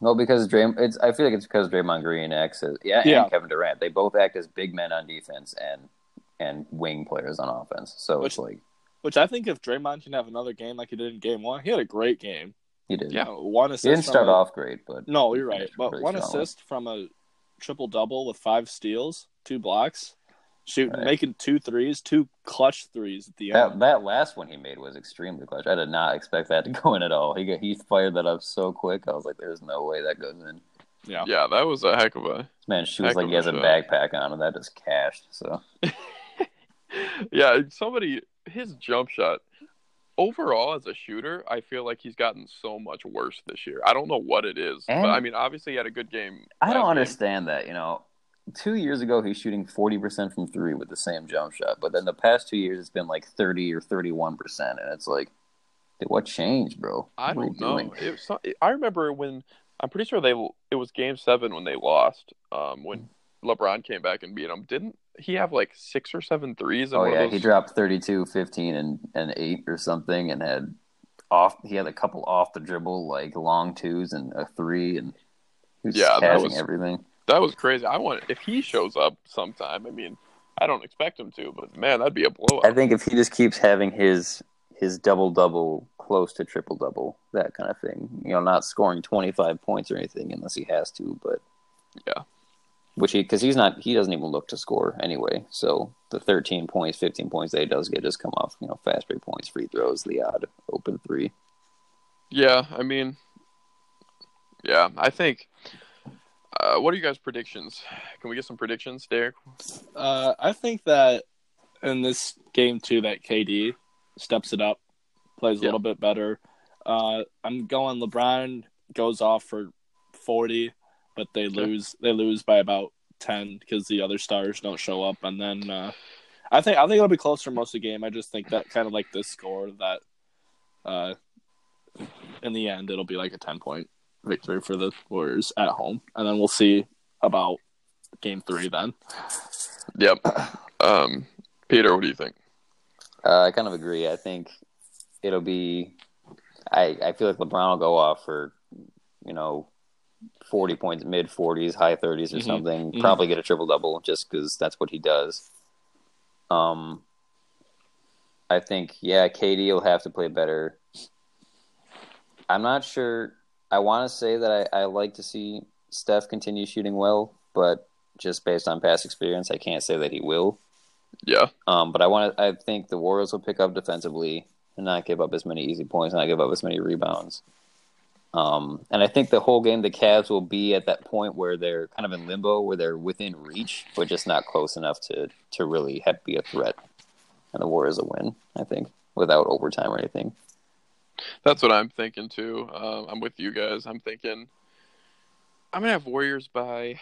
Well, because Draymond, it's I feel like it's because Draymond Green acts as yeah,
Yeah.
and Kevin Durant. They both act as big men on defense and and wing players on offense. So
Which-
it's like
Which I think if Draymond can have another game like he did in game one, he had a great game.
he did.
Yeah.
Uh, one assist.
He didn't
from
start
a-
off great, but
No, you're right.
Finished
But
pretty
one
strongly.
assist from a triple double with five steals, two blocks, shooting,
Right.
making two threes, two clutch threes at the
That
end.
that last one he made was extremely clutch. I did not expect that to go in at all. He got, he fired that up so quick. I was like, "There's no way that goes in."
Yeah.
Yeah, that was a heck of a.
Man shoots
Heck
like
of
he
a
has a
shot.
backpack on, and that just cashed. So
Yeah, somebody his jump shot. Overall, as a shooter, I feel like he's gotten so much worse this year. I don't know what it is,
And-
but I mean, obviously, he had a good game.
I
last
don't
game.
understand that. You know, two years ago he's shooting forty percent from three with the same jump shot, but then the past two years it's been like thirty or thirty-one percent, and it's like, dude, what changed, bro?
I
What are
don't
you
know. It was, so- I remember when I'm pretty sure they it was Game Seven when they lost. Um, when LeBron came back and beat him, didn't he have like six or seven threes? in
Oh
one of
yeah,
those-
he dropped 32, 15, and and eight or something, and had off. He had a couple off the dribble, like long twos and a three, and he was
Yeah,
just
that
cashing
was-
everything.
That was crazy. I want if he shows up sometime. I mean, I don't expect him to, but man, that'd be a blowout.
I think if he just keeps having his his double double close to triple double, that kind of thing. You know, not scoring twenty five points or anything unless he has to, but
Yeah.
which he because he's not he doesn't even look to score anyway. So the thirteen points, fifteen points that he does get just come off you know fast break points, free throws, the odd open three.
Yeah, I mean, yeah, I think. Uh, what are you guys' predictions? Can we get some predictions, Derek?
Uh, I think that in this game too, that KD steps it up, plays a
Yeah.
little bit better. Uh, I'm going LeBron goes off for forty. but they lose they lose by about ten because the other stars don't show up, and then uh, I think I think it'll be close for most of the game. I just think that kind of like this score that uh, in the end it'll be like a ten point victory for the Warriors at home, and then we'll see about game three then.
Yep. Um, Peter, what do you think?
Uh, I kind of agree. I think it'll be. I I feel like LeBron will go off for you know forty points, mid forties, high thirties, or
Mhm.
something.
Mhm.
Probably get a triple double just because that's what he does. Um, I think yeah, KD will have to play better. I'm not sure. I want to say that I, I like to see Steph continue shooting well, but just based on past experience, I can't say that he will.
Yeah.
Um, but I want to. I think the Warriors will pick up defensively and not give up as many easy points, and not give up as many rebounds. Um, and I think the whole game, the Cavs will be at that point where they're kind of in limbo, where they're within reach, but just not close enough to to really have, be a threat. And the Warriors will win, I think, without overtime or anything.
That's what I'm thinking too. Um, I'm with you guys. I'm thinking I'm gonna have Warriors by.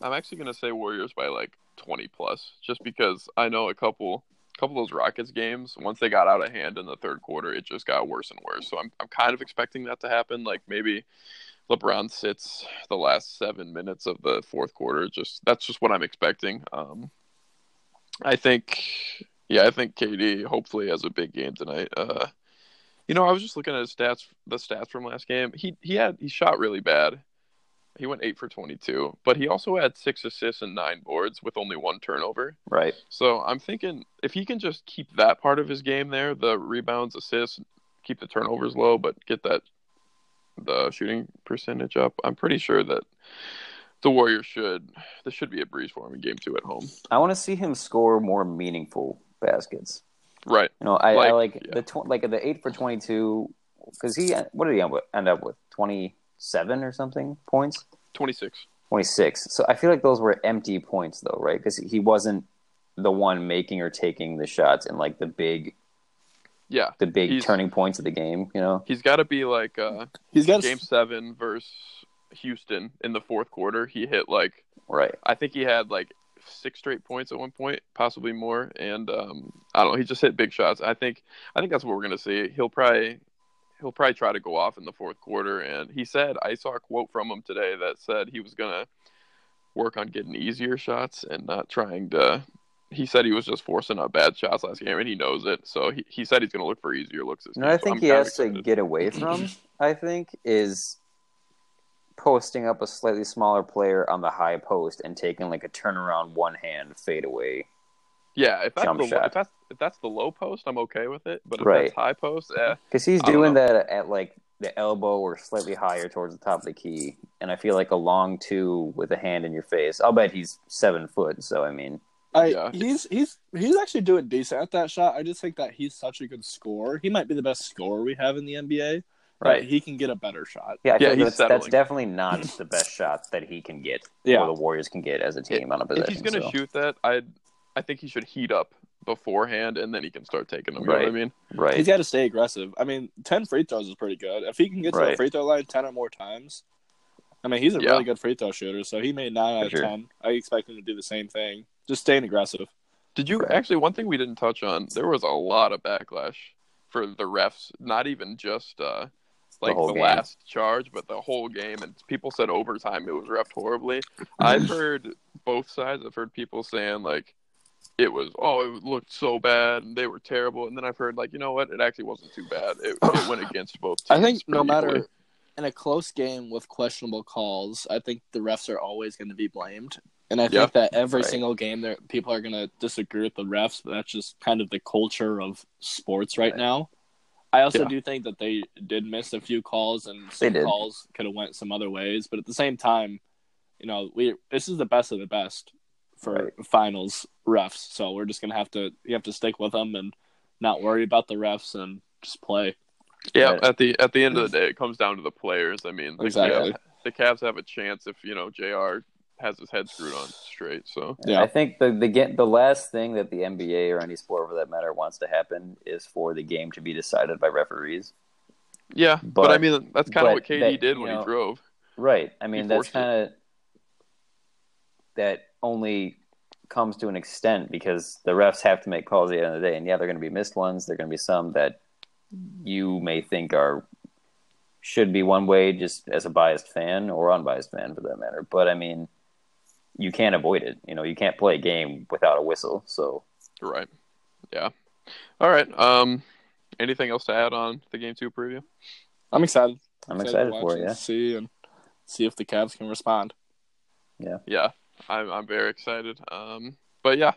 I'm actually gonna say Warriors by like 20 plus, just because I know a couple, couple of those Rockets games. Once they got out of hand in the third quarter, it just got worse and worse. So I'm, I'm kind of expecting that to happen. Like maybe LeBron sits the last seven minutes of the fourth quarter. Just that's just what I'm expecting. Um, I think, yeah, I think KD hopefully has a big game tonight. Uh, you know, I was just looking at his stats, the stats from last game. He he had he shot really bad. He went eight for twenty-two, but he also had six assists and nine boards with only one turnover.
Right.
So I'm thinking if he can just keep that part of his game there, the rebounds, assists, keep the turnovers low, but get that the shooting percentage up. I'm pretty sure that the Warriors should this should be a breeze for him in game two at home.
I want to see him score more meaningful baskets.
Right.
You know, I like,
Like,
I like
yeah.
the tw- like the eight for twenty two because he what did he end up- end up with twenty seven or something points.
Twenty six.
26. So I feel like those were empty points, though, right? Because he wasn't the one making or taking the shots and like the big,
Yeah.
the big
He's-
turning points of the game. You know,
He's gotta be like uh
He's got
game seven versus Houston in the fourth quarter. He hit like
right?
I think he had like six straight points at one point, possibly more. And um, I don't know, he just hit big shots. I think I think that's what we're gonna see. He'll probably he'll probably try to go off in the fourth quarter. And he said I saw a quote from him today that said he was gonna work on getting easier shots and not trying to. He said he was just forcing out bad shots last game, and he knows it. So he, he said he's going to look for easier looks. This
You
game.
know, I
So
think
I'm
he
kinda
has to
excited.
get away from. I think is posting up a slightly smaller player on the high post and taking like a turnaround one hand fadeaway.
Yeah, if that's
Jump
the
shot.
if that's if that's the low post, I'm okay with it. But if
Right.
that's high post, eh,
Because he's
I don't
doing that at like the elbow or slightly higher towards the top of the key, and I feel like a long two with a hand in your face. I'll bet he's seven foot. So I mean.
I,
Yeah.
He's he's he's actually doing decent at that shot. I just think that he's such a good scorer. He might be the best scorer we have in the NBA. Right. He can get a better shot.
Yeah, I
Yeah,
feel
he's
that's, that's
settling.
definitely not the best shot that he can get. Or the Warriors can get as a team on a
if
possession.
he's gonna
so.
shoot that, I I think he should heat up beforehand, and then he can start taking them. You know
Right.
what I mean?
right?
He's got to stay aggressive. I mean, ten free throws is pretty good. If he can get to the
Right.
free throw line ten or more times, I mean, he's a
Yeah.
really good free throw shooter. So he made nine out of
For sure.
ten. I expect him to do the same thing. Just staying aggressive.
Did you
Right.
actually? One thing we didn't touch on. There was a lot of backlash for the refs. Not even just uh, like
whole
the,
game.
last charge, but the whole game. And people said overtime it was refed horribly. I've heard both sides. I've heard people saying like it was oh it looked so bad and they were terrible. And then I've heard like you know what it actually wasn't too bad. It, it went against both. Teams
I think no
pretty
matter
equally.
in a close game with questionable calls, I think the refs are always going to be blamed. And I
Yeah.
think that every
Right.
single game, there people are going to disagree with the refs. But that's just kind of the culture of sports right,
Right.
now. I also
Yeah.
do think that they did miss a few calls, and some
did.
calls could have went some other ways. But at the same time, you know, we this is the best of the best for finals refs. So we're just going to have to you have to stick with them and not worry about the refs and just play.
Yeah,
Right.
at the at the end of the day, it comes down to the players. I mean, the,
Exactly.
Cavs, the Cavs have a chance if you know Jr. has his head screwed on straight. So
Yeah.
I think the the get, the last thing that the NBA or any sport for that matter wants to happen is for the game to be decided by referees.
yeah, but,
But-
I mean, that's kind of
but
what KD
that-
did
you
when
know-
he drove.
Right. I mean, that's
forced it.
kind of that only comes to an extent because the refs have to make calls at the end of the day, and yeah, they're going to be missed ones. They're going to be some that you may think are should be one way, just as a biased fan or unbiased fan for that matter. But I mean, you can't avoid it. You know, you can't play a game without a whistle. So
Right. Yeah. All right. Um, anything else to add on the game two preview?
I'm excited.
I'm excited
to watch
for it.
and
Yeah.
See and see if the Cavs can respond.
Yeah, I'm I'm very excited. Um, but yeah,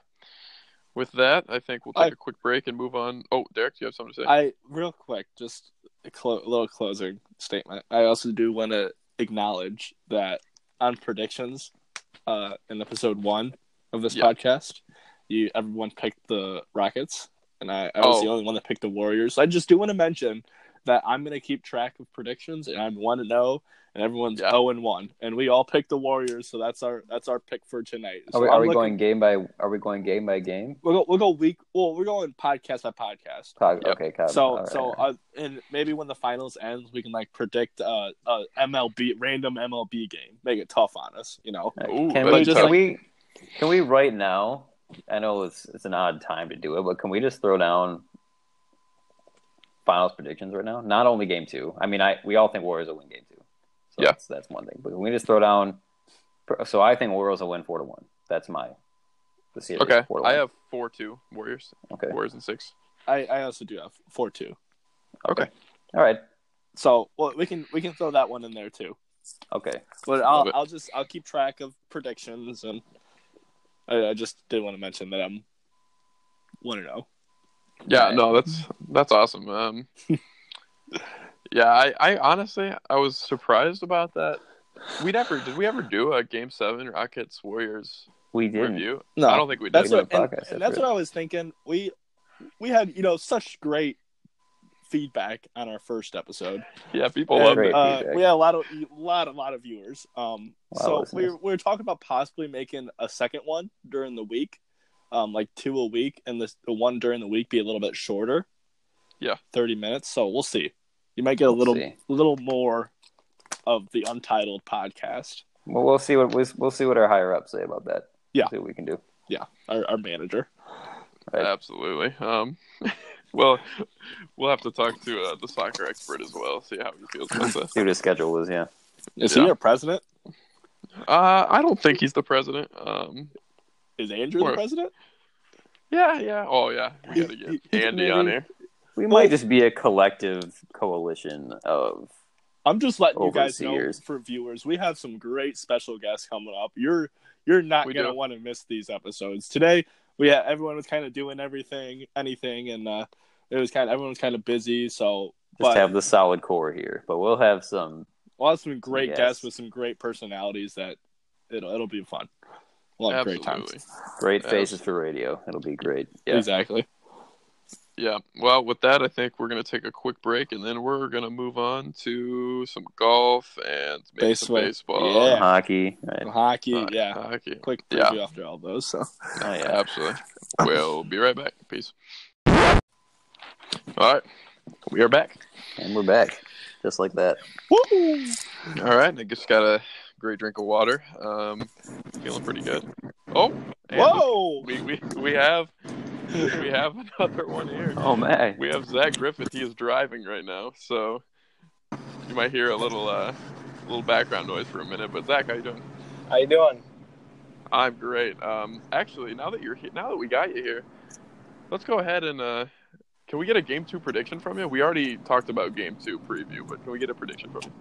with that, I think we'll
I-
take a quick break and move on. Oh, Derek, do you have something to say?
I real quick, just a clo- little closing statement. I also do want to acknowledge that on predictions, uh, in episode one of this
Yeah.
podcast, you everyone picked the Rockets, and I, I was
Oh.
the only one that picked the Warriors. I just do want to mention that I'm going to keep track of predictions, and I'm one and zero, and everyone's
Yeah.
zero and one, and we all picked the Warriors, so that's our that's our pick for tonight.
Are
So
we,
I'm
are we
looking-
going game by? Are we going game by game?
We'll go, we'll go week. Well, we're going podcast by podcast.
Cog-
Yep.
Okay, Cog-
So
all right,
so
all right.
uh, and maybe when the finals ends, we can like predict uh, uh MLB random MLB game, make it tough on us, you know.
Like,
Ooh,
can
that'd
we
be
can
tough.
we can we right now? I know it's it's an odd time to do it, but can we just throw down finals predictions right now? Not only game two. I mean, I we all think Warriors will win game two, so
Yeah.
that's that's one thing. But can we just throw down? So I think Warriors will win four to one. That's my the series.
okay,
four to
I
one.
have four two Warriors,
okay.
Warriors and six.
I I also do have four two.
All right.
So well, we can we can throw that one in there too.
Okay.
But
Love
I'll
it.
I'll just I'll keep track of predictions and I, I just did want to mention that I'm one oh. to know.
Yeah,
Right.
no, that's that's awesome. Um, yeah, I, I honestly I was surprised about that. We never did we ever do a game seven Rockets Warriors
We didn't.
review?
No,
I don't think we did.
that's
do
what
the
and,
podcast,
and
that's
that's what I was thinking. We we had you know such great feedback on our first episode.
yeah, people
And,
love
Great
it.
uh,
feedback.
we had a lot of lot a lot of viewers. Um,
Wow,
so
that's
we
nice.
were, we were talking about possibly making a second one during the week, um, like two a week, and this, the one during the week be a little bit shorter.
Yeah.
thirty minutes. So we'll see. You might get a little
see.
little more of the untitled podcast.
Well, we'll see what we'll see what our higher ups say about that.
Yeah.
See what we can do.
Our, our manager.
Right.
Absolutely. Um, well, we'll have to talk to uh, the soccer expert as well. See how he feels about that.
See what his schedule was. Yeah.
Is
Yeah.
he our president?
Uh, I don't think he's the president. Um,
Is Andrew
Or-
the president?
yeah, yeah. Oh, yeah. We gotta
He-
get
he-
Andy on here.
We
Well-
might just be a collective coalition of
I'm just letting you guys know
Overseers.
for viewers, we have some great special guests coming up. You're you're not
We
gonna
do.
want to miss these episodes. Today we had everyone was kind of doing everything, anything, and uh, it was kind of everyone was kind of busy. So,
just
but
have the solid core here, but we'll have some.
we'll have some great
Yes.
guests with some great personalities. That it'll it'll be fun. We'll have great times.
Absolutely.
Great
Yeah.
faces for radio. It'll be great. Yeah.
Exactly.
Yeah. Well, with that, I think we're gonna take a quick break, and then we're gonna move on to some golf and maybe some
Baseball.
baseball.
Yeah.
Hockey. Right.
Hockey,
Uh,
yeah.
hockey.
Quick
yeah.
preview after all those. So
Oh, yeah.
Absolutely. We'll be right back. Peace. All right. We are back.
And we're back. Just like that.
Woo!
All right, I just got a great drink of water. Um, feeling pretty good. Oh, and
Whoa!
We, we we have we have another one here.
Oh, man.
We have Zach Griffith. He is driving right now, so you might hear a little uh, little background noise for a minute. But Zach, how you doing?
How you doing?
I'm great. Um, actually, now that you're he- now that we got you here, let's go ahead and uh, can we get a game two prediction from you? We already talked about game two preview, but can we get a prediction from you?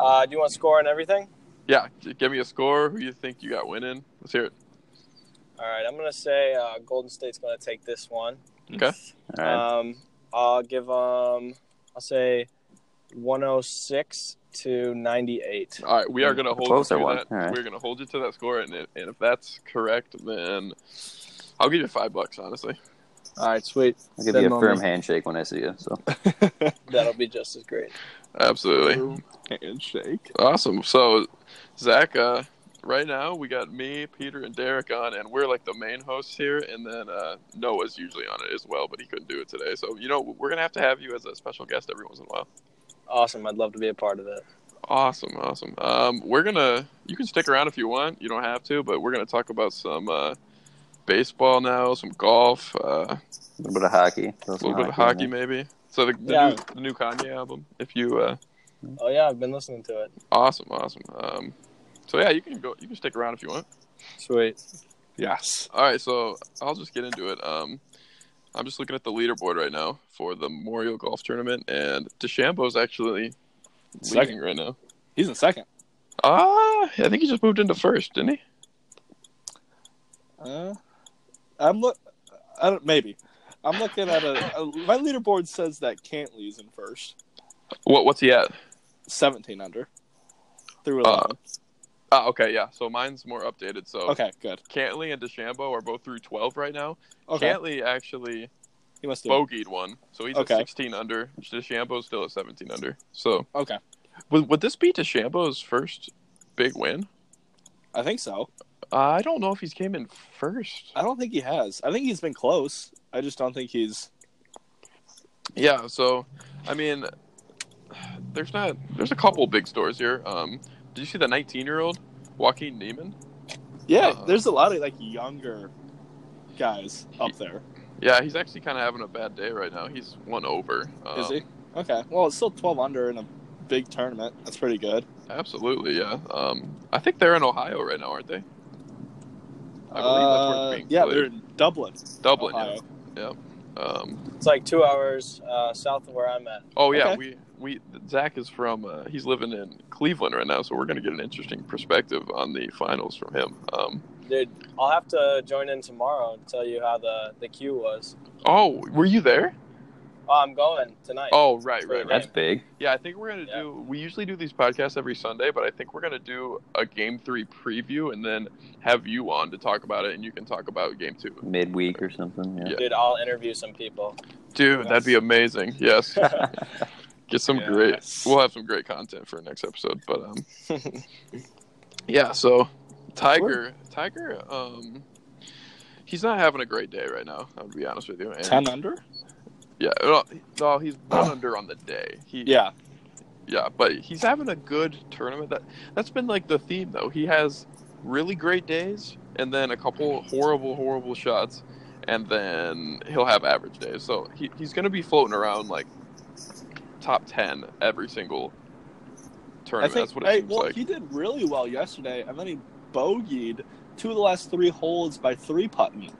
Uh, do you want score and everything?
Yeah, g- give me a score. Who you think you got winning? Let's hear it.
All right, I'm gonna say uh, Golden State's gonna take this one.
Okay.
All right.
Um, I'll give um, I'll say 106 to 98.
All right, we are going to
A
hold you
closer
to
one.
that.
All right.
We're going to hold you to that score, and, and if that's correct, then I'll give you five bucks. Honestly,
All right, sweet.
I'll give
Then
you a
on
firm
the-
handshake when I see you. So,
That'll be just as great.
absolutely
Handshake.
awesome. So, Zach, uh, right now we got me, Peter, and Derek on, and we're like the main hosts here, and then uh, Noah's usually on it as well, but he couldn't do it today. So, you know, we're going to have to have you as a special guest every once in a while.
Awesome. I'd love to be a part of it.
Awesome, awesome. Um, we're gonna. You can stick around if you want. You don't have to, but we're gonna talk about some uh, baseball now, some golf, uh,
A little bit of hockey. Throw
a
some
little bit of hockey
in
maybe. So the, the,
Yeah.
new, the new Kanye album. If you uh,
Oh yeah, I've been listening to it.
awesome, awesome. Um, so yeah, you can go. You can stick around if you want.
Sweet.
Yes.
All right, so I'll just get into it. Um, I'm just looking at the leaderboard right now for the Memorial Golf Tournament, and DeChambeau's actually leading
Second.
right now.
He's in second.
Ah, I think he just moved into first, didn't he?
Uh, I'm look. I don't. Maybe. I'm looking at a, a. My leaderboard says that Cantley's in first,
What What's he at?
17 under, through
Uh,
11.
Ah, okay, yeah. So mine's more updated. So
okay, good.
Cantley and DeChambeau are both through 12 right now.
Okay,
Cantley actually
he must have.
bogeyed one, so he's
Okay.
at 16 under. DeChambeau's still at 17 under. So
Okay,
would, would this be DeChambeau's first big win?
I think so.
Uh, I don't know if he's came in first.
I don't think he has. I think he's been close. I just don't think he's.
Yeah, so I mean, there's not there's a couple big stores here. Um, did you see the 19 year old Joaquin Neiman?
Yeah,
Uh,
there's a lot of like younger guys up there.
Yeah, he's actually kind of having a bad day right now. He's one over. Um,
Is he? Okay. Well, it's still 12 under in a big tournament. That's pretty good.
Absolutely, yeah. Um, I think they're in Ohio right now, aren't they? I believe that's where
Uh,
it's being
yeah,
played.
they're in Dublin.
Dublin.
Ohio.
Yeah. yeah. Um,
It's like two hours uh, south of where I'm at.
oh yeah,
Okay.
we we Zach is from uh, he's living in Cleveland right now, so we're gonna get an interesting perspective on the finals from him. Um,
Dude, I'll have to join in tomorrow and tell you how the the queue was.
oh, were you there?
Oh, I'm going tonight.
Oh right, right,
That's
right.
big.
Yeah, I think we're gonna
Yeah.
do. We usually do these podcasts every Sunday, but I think we're gonna do a game three preview and then have you on to talk about it, and you can talk about game two.
Midweek or something. Yeah.
Dude, I'll interview some people.
Dude, that'd be amazing. Yes. Get some great.
Yes.
We'll have some great content for next episode, but um yeah, so Tiger Tiger um he's not having a great day right now, I'll be honest with you. And,
10 under?
Yeah, well, no, he's one under on the day. He
Yeah.
yeah, but he's having a good tournament. That that's been like the theme though. He has really great days and then a couple horrible, horrible shots, and then he'll have average days. So he, he's gonna be floating around like top ten every single
I
tournament.
think
that's what it
hey,
seems
well,
like.
he did really well yesterday, and then he bogeyed two of the last three holes by three putting.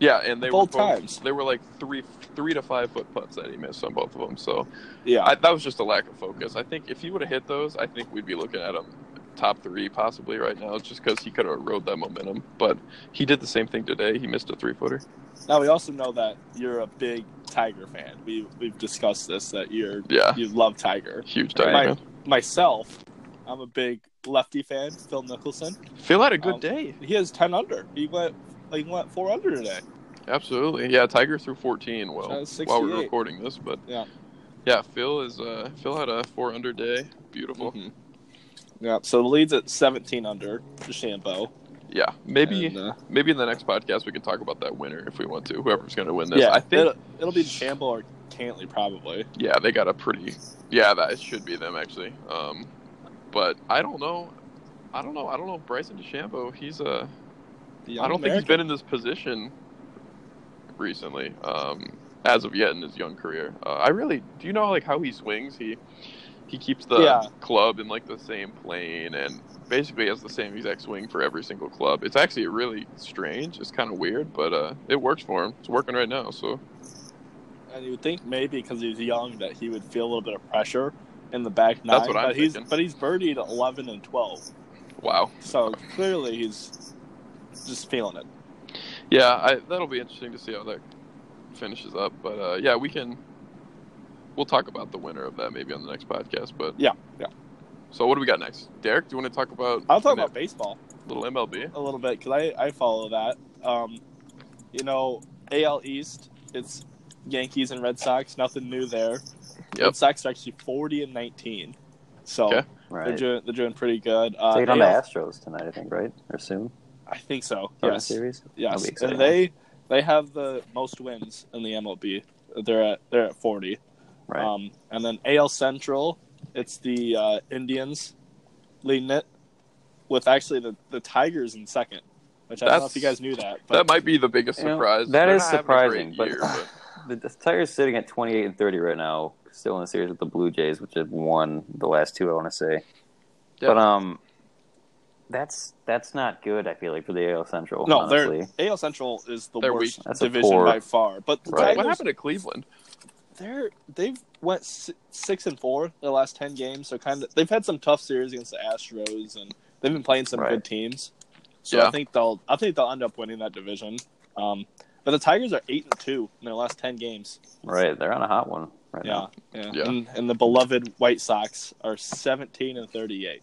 yeah, and they
both
were both,
times.
They were like three three to five foot putts that he missed on both of them. So
Yeah.
I, that was just a lack of focus. I think if he would have hit those, I think we'd be looking at him top three possibly right now, just because he could have rode that momentum. But he did the same thing today. He missed a three footer.
now, we also know that you're a big Tiger fan. We, we've discussed this, that you're
Yeah,
you love Tiger.
huge Tiger
Right.
man.
Myself, I'm a big lefty fan, Phil Mickelson.
Phil had a good
Um,
day.
He has 10 under. He went he went 4 under today.
Absolutely, yeah. Tiger threw 14. Well,
So
while we're
68.
recording this, but
Uh, Yeah.
yeah. Phil is uh, Phil had a four under day. Beautiful.
Yeah, so the lead's at 17 under, DeChambeau.
Yeah, maybe
Mm-hmm. And, uh,
maybe in the next podcast we can talk about that winner if we want to. Whoever's going to win this,
yeah,
I think.
it'll, it'll be DeChambeau or Cantley probably.
Yeah, they got a pretty. Yeah, that it should be them actually. Um, but I don't know. I don't know. I don't know. Bryson DeChambeau. He's a.
The
I don't think he's
American.
been in this position recently, um, as of yet in his young career. Uh, I really do you know like how he swings? He he keeps the
Yeah.
club in like the same plane and basically has the same exact swing for every single club. It's actually really strange. It's kind of weird, but uh, it works for him. It's working right now. So
And you would think maybe because he's young that he would feel a little bit of pressure in the back nine.
That's what I'm
but he's
thinking.
but he's birdied eleven and twelve,
wow.
so clearly he's just feeling it.
Yeah, I, that'll be interesting to see how that finishes up. But uh, yeah, we can. We'll talk about the winner of that maybe on the next podcast. But
Yeah, yeah.
So what do we got next, Derek? Do you want to talk about?
I'll talk
the
about baseball
little MLB.
a little bit because I I follow that. Um, you know, AL East, it's Yankees and Red Sox. Nothing new there.
Yep.
Red Sox are actually forty and nineteen, so
Okay.
they're
Right.
doing they're doing pretty good. Uh,
Take it on the
AL
Astros tonight, I think, right? Or soon?
I think so.
Or in
Yes.
series? That'll
Yes,
be exciting.
and they they have the most wins in the MLB. They're at they're at forty.
Right.
Um, and then AL Central, It's the uh, Indians leading it with actually the, the Tigers in second, which I don't know
That's-
if you guys knew that. But
That might be the biggest
You know,
surprise.
that
They're
is
not having a great
surprising, but,
year, but
the, the Tigers sitting at 28 and 30 right now, still in the series with the Blue Jays, which have won the last two. I want to say,
Yeah.
but um, that's that's not good. I feel like for the AL Central,
no,
honestly.
they're AL Central is the
They're
worst
weak.
That's a
division
poor-
by far. But the
Right.
Tigers,
what happened to Cleveland?
They're they've went si- six and four their last ten games. So kind of they've had some tough series against the Astros, and they've been playing some
Right.
good teams. So
Yeah.
I think they'll I think they'll end up winning that division. Um, but the Tigers are eight and two in their last ten games.
Right, they're on a hot one right
Yeah,
now.
yeah.
Yeah.
And, and the beloved White Sox are seventeen and thirty-eight.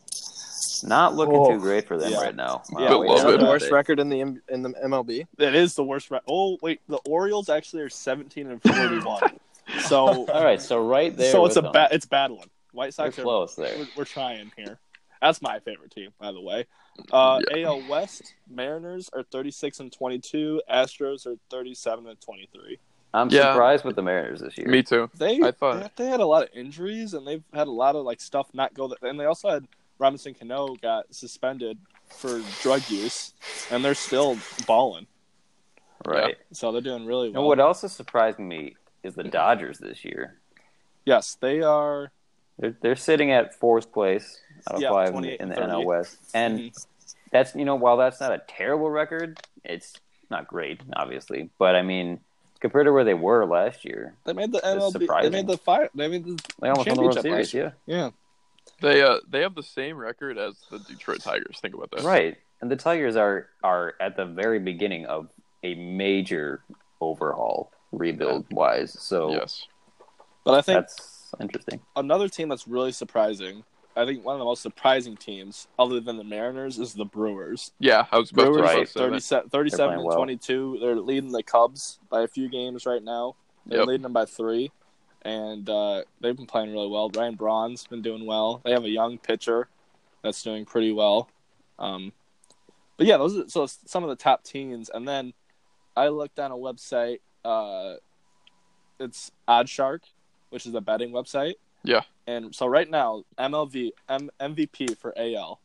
Not looking
Oh.
too great for them
Yeah.
right now.
Yeah,
Wow,
But
we
love
know
it.
that
the worst
they-
record in the M- in the MLB.
That is the worst. Re- oh wait, the Orioles actually are seventeen and forty-one. so
All right, so right there.
so it's a
with
bad
them.
it's battling. White
They're
Sox are
close there.
we're, we're trying here. That's my favorite team, by the way. Uh, AL West Mariners are 36 and 22. Astros are 37 and 23.
I'm
Yeah.
surprised with the Mariners this year.
Me too.
They
I thought-
they, they had a lot of injuries and they've had a lot of like stuff not go that, and they also had Robinson Cano got suspended for drug use and they're still balling.
Right.
So they're doing really well.
And what else has surprised me is the Dodgers this year.
yes, they are.
They're they're sitting at fourth place out of
Yeah,
five in,
28
in
and
the NL
30.
West, and
mm-hmm.
that's you know while that's not a terrible record, it's not great, obviously. But I mean, compared to where they were last year,
They made the
That's
MLB. They
surprising.
made the fire. They made the
they almost won the World
Championship
Series. Yeah,
yeah.
They uh they have the same record as the Detroit Tigers. Think about that.
right. And the Tigers are are at the very beginning of a major overhaul, rebuild wise. So
Yes.
But I think
that's interesting.
another team that's really surprising. I think one of the most surprising teams, other than the Mariners, is the Brewers.
Yeah, I was about
Brewers
to
Right.
right.
about to say that.
37, 37 and
well.
22. They're leading the Cubs by a few games right now. They're
Yep.
leading them by three, and uh, they've been playing really well. Ryan Braun's been doing well. They have a young pitcher that's doing pretty well. Um, but yeah, those are so it's some of the top teams. And then I looked on a website. Uh, it's Odd Shark, which is a betting website.
Yeah.
And so right now, MLV M- MVP for AL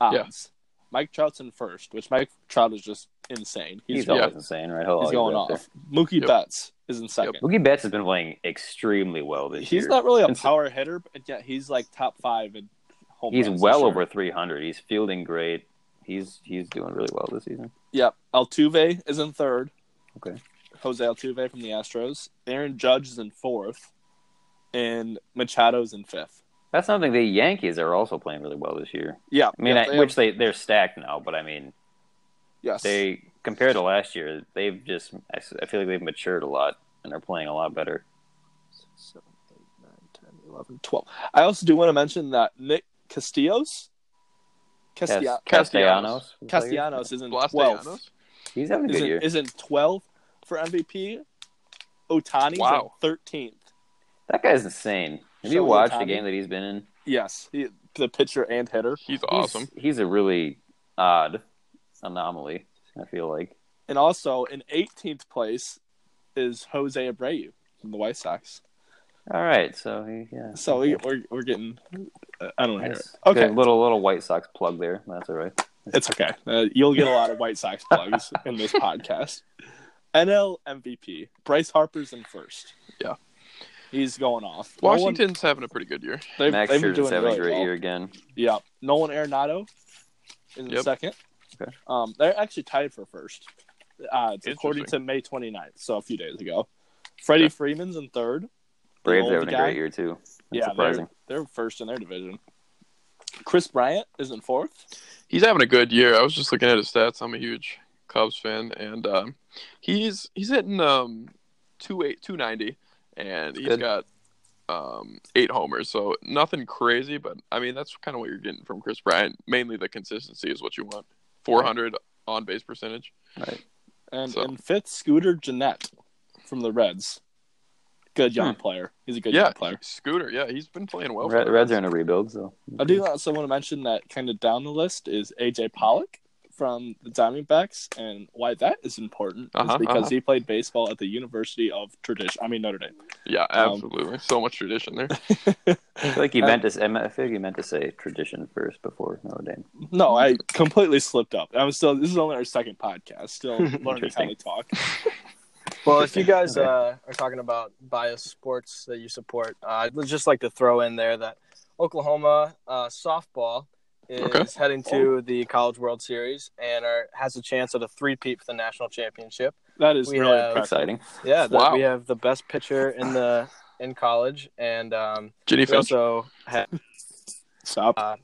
odds.
Yeah.
Mike Trout's in first, which Mike Trout is just insane.
He's,
He's,
always insane, right? He'll
he's
always
going
be up there.
off. Mookie
Yep.
Betts is in second.
Mookie Betts has been playing extremely well this year.
He's not really a
And so-
power hitter, but yet he's like top five in home
He's
runs
well
this year.
over 300. He's fielding great. He's he's doing really well this season.
Yep. Altuve is in third.
Okay.
Jose Altuve from the Astros. Aaron Judge is in fourth, and Machado's in fifth.
That's something. The Yankees are also playing really well this year.
Yeah.
I mean,
yeah,
I,
they
which
have-
they they're stacked now, but I mean,
yes,
they compared to last year, they've just I, s- I feel like they've matured a lot and are playing a lot better.
seven, eight, nine, 10, 11, 12. I also do want to mention that Nick Castillos,
Cas-
Castia-
Castellanos,
Castellanos is in
Blasteanos?
12th.
he's having a
Is
good year.
in, is in 12th for MVP. Otani's
Wow.
in 13th.
that guy's insane. Have you
Shohei
watched the
Ohtani?
game that he's been in?
Yes, he, the pitcher and hitter.
He's
He's-
awesome.
He's, a really odd anomaly. I feel like
And also in 18th place is Jose Abreu from the White Sox.
all right, so he, yeah.
So we, we're, we're getting. uh, I don't hear it.
Nice.
Okay.
Good little little White Sox plug there. That's all right.
It's okay. Uh, you'll get a lot of White Sox plugs in this podcast. NL MVP Bryce Harper's in first.
Yeah.
he's going off. Nolan-
Washington's having a pretty good year.
they've,
Max
they've been
Scherzer's
doing
having
really
a great
well.
year again.
Yeah, Nolan Arenado is in
Yep.
second.
Okay.
Um, they're actually tied for first. Uh, it's according to
Interesting.
May 29th, so a few days ago. Freddie
Okay.
Freeman's in third.
Braves
old
having a
guy.
great year too. That's
yeah,
surprising.
They're, they're first in their division. Chris Bryant is in fourth.
He's having a good year. I was just looking at his stats. I'm a huge Cubs fan, and um, he's he's hitting um two eight two ninety, and he's
Good.
got um eight homers. So nothing crazy, but I mean that's kind of what you're getting from Chris Bryant. Mainly the consistency is what you want. Four hundred on base percentage.
And
So-
in fifth, Scooter Jeanette from the Reds. Good young player. He's a good
Hmm. Yeah.
young player.
Scooter, yeah, he's been playing well. for
Red,
the
Reds are
Reds.
in a rebuild, so
I do also want to mention that kind of down the list is AJ Pollock from the Diamondbacks, and why that is important
Uh-huh,
is because
uh-huh.
he played baseball at the University of Tradition. I mean Notre Dame.
Yeah,
Um,
absolutely. so much tradition there.
I feel like
Uh,
you meant to. Say, I feel like you meant to say tradition first before Notre Dame.
No, I completely slipped up. I'm still. This is only our second podcast. Still learning how to
Interesting.
talk.
Well, if you guys
Okay.
uh, are talking about bias sports that you support, uh, I'd just like to throw in there that Oklahoma uh, softball is
Okay.
heading to the College World Series and are, has a chance at a three-peat for the national championship.
That is
We
really
have-
impressive.
Exciting.
Yeah, the,
Wow.
we have the best pitcher in the in college, and um,
Ginny
we
Finch.
also have
Stop.
Uh,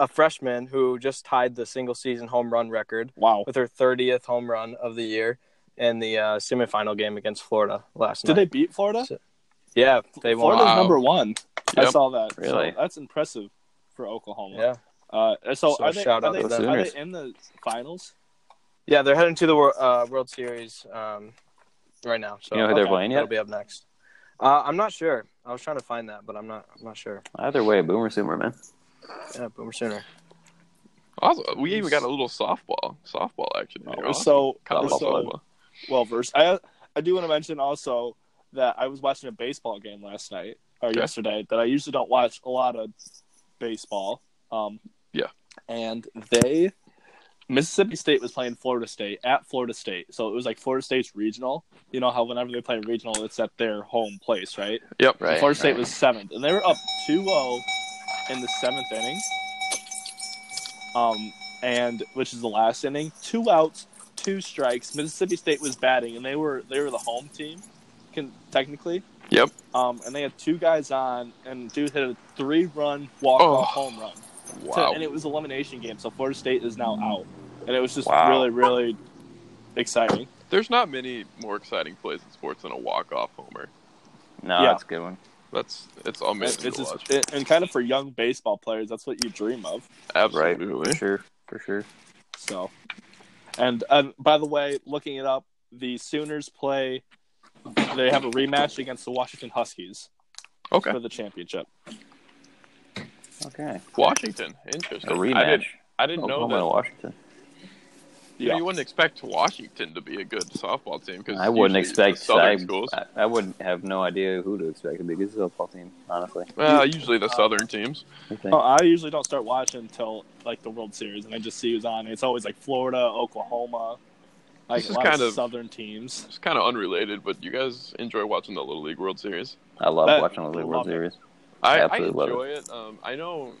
a freshman who just tied the single-season home run record
wow.
with her 30th home run of the year in the uh, semifinal game against Florida last
Did
night.
they beat Florida?
So- yeah, they won.
Florida's
Wow.
number one. I
Yep.
saw that.
Really?
So that's impressive for Oklahoma.
Yeah,
Uh, so,
So
are they,
shout
are
out
they,
to the
are
Sooners.
they in the finals?
yeah, they're heading to the Wor- uh, World Series um, right now. So
you know who they're
okay,
playing
that'll
yet?
be up next. Uh, I'm not sure. I was trying to find that, but I'm not. I'm not sure.
Either way, Boomer Sumer, man.
Yeah, Boomer Sooner.
Also, we even got a little softball, softball action.
No,
here.
we're
Awesome.
Oh, so we're
College
Softball,
so
softball.
well versed. I I do want to mention also that I was watching a baseball game last night or
Okay.
yesterday that I usually don't watch a lot of baseball. Um,
Yeah.
and they Mississippi State was playing Florida State at Florida State, so it was like Florida State's regional. You know how whenever they play regional, it's at their home place, right?
Yep.
Right.
Florida State was seventh, and they were up 2-0 in the seventh inning. Um, and which is the last inning, two outs, two strikes. Mississippi State was batting, and they were they were the home team, can, technically.
Yep.
Um, and they had two guys on, and dude hit a three-run walk-off
Oh.
home run, To-
Wow.
and it was elimination game, so Florida State is now out, and it was just
Wow.
really really exciting.
There's not many more exciting plays in sports than a walk-off homer.
No,
Yeah.
that's a good one.
That's it's amazing
it's
to
just,
watch.
it, and kind of for young baseball players, that's what you dream of.
Right,
Absolutely.
for sure, for sure.
So, and um, by the way, looking it up, the Sooners play. They have a rematch against the Washington Huskies
Okay.
for the championship.
Okay,
Washington.
a
Interesting. I
rematch.
didn't, I didn't know
Oklahoma
that.
and Washington.
You, know,
Yeah.
you wouldn't expect Washington to be a good softball team because
I wouldn't
usually
expect.
the southern
I,
schools.
I, I wouldn't have no idea who to expect to be a good softball team. Honestly,
well, usually the southern teams.
I think.
Oh, I usually don't start watching until like the World Series, and I just see who's on. It's always like Florida, Oklahoma, like
This
a
is
lot
kind
of,
of-
Southern teams.
It's kind of unrelated, but you guys enjoy watching the Little League World Series.
I love
that-
watching the League World
love it.
Series.
I, I
Absolutely love
enjoy it. Um, I know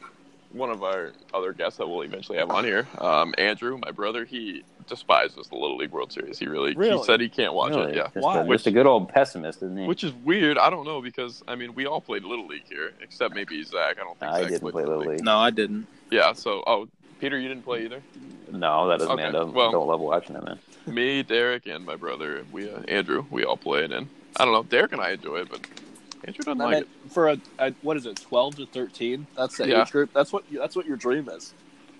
one of our other guests that we'll eventually have on here, um, Andrew, my brother. He despises the Little League World Series. He really,
Really?
he said he can't watch
Really,
it. Yeah,
just,
Why?
A, just a good old pessimist, isn't he?
which is weird. I don't know because I mean we all played Little League here, except maybe Zach. I don't think
I
Zach
didn't
played
play Little League.
No, I didn't.
Yeah. So oh, Peter, you didn't play either.
No, that doesn't
Okay,
mean I don't,
well-
don't love watching it, man.
Me, Derek, and my brother, we uh, Andrew, we all played, and I don't know. Derek and I enjoy it, but Andrew doesn't
And
like it.
then for a, a what is it, twelve to thirteen? That's the
Yeah.
age group. That's what you, that's what your dream is.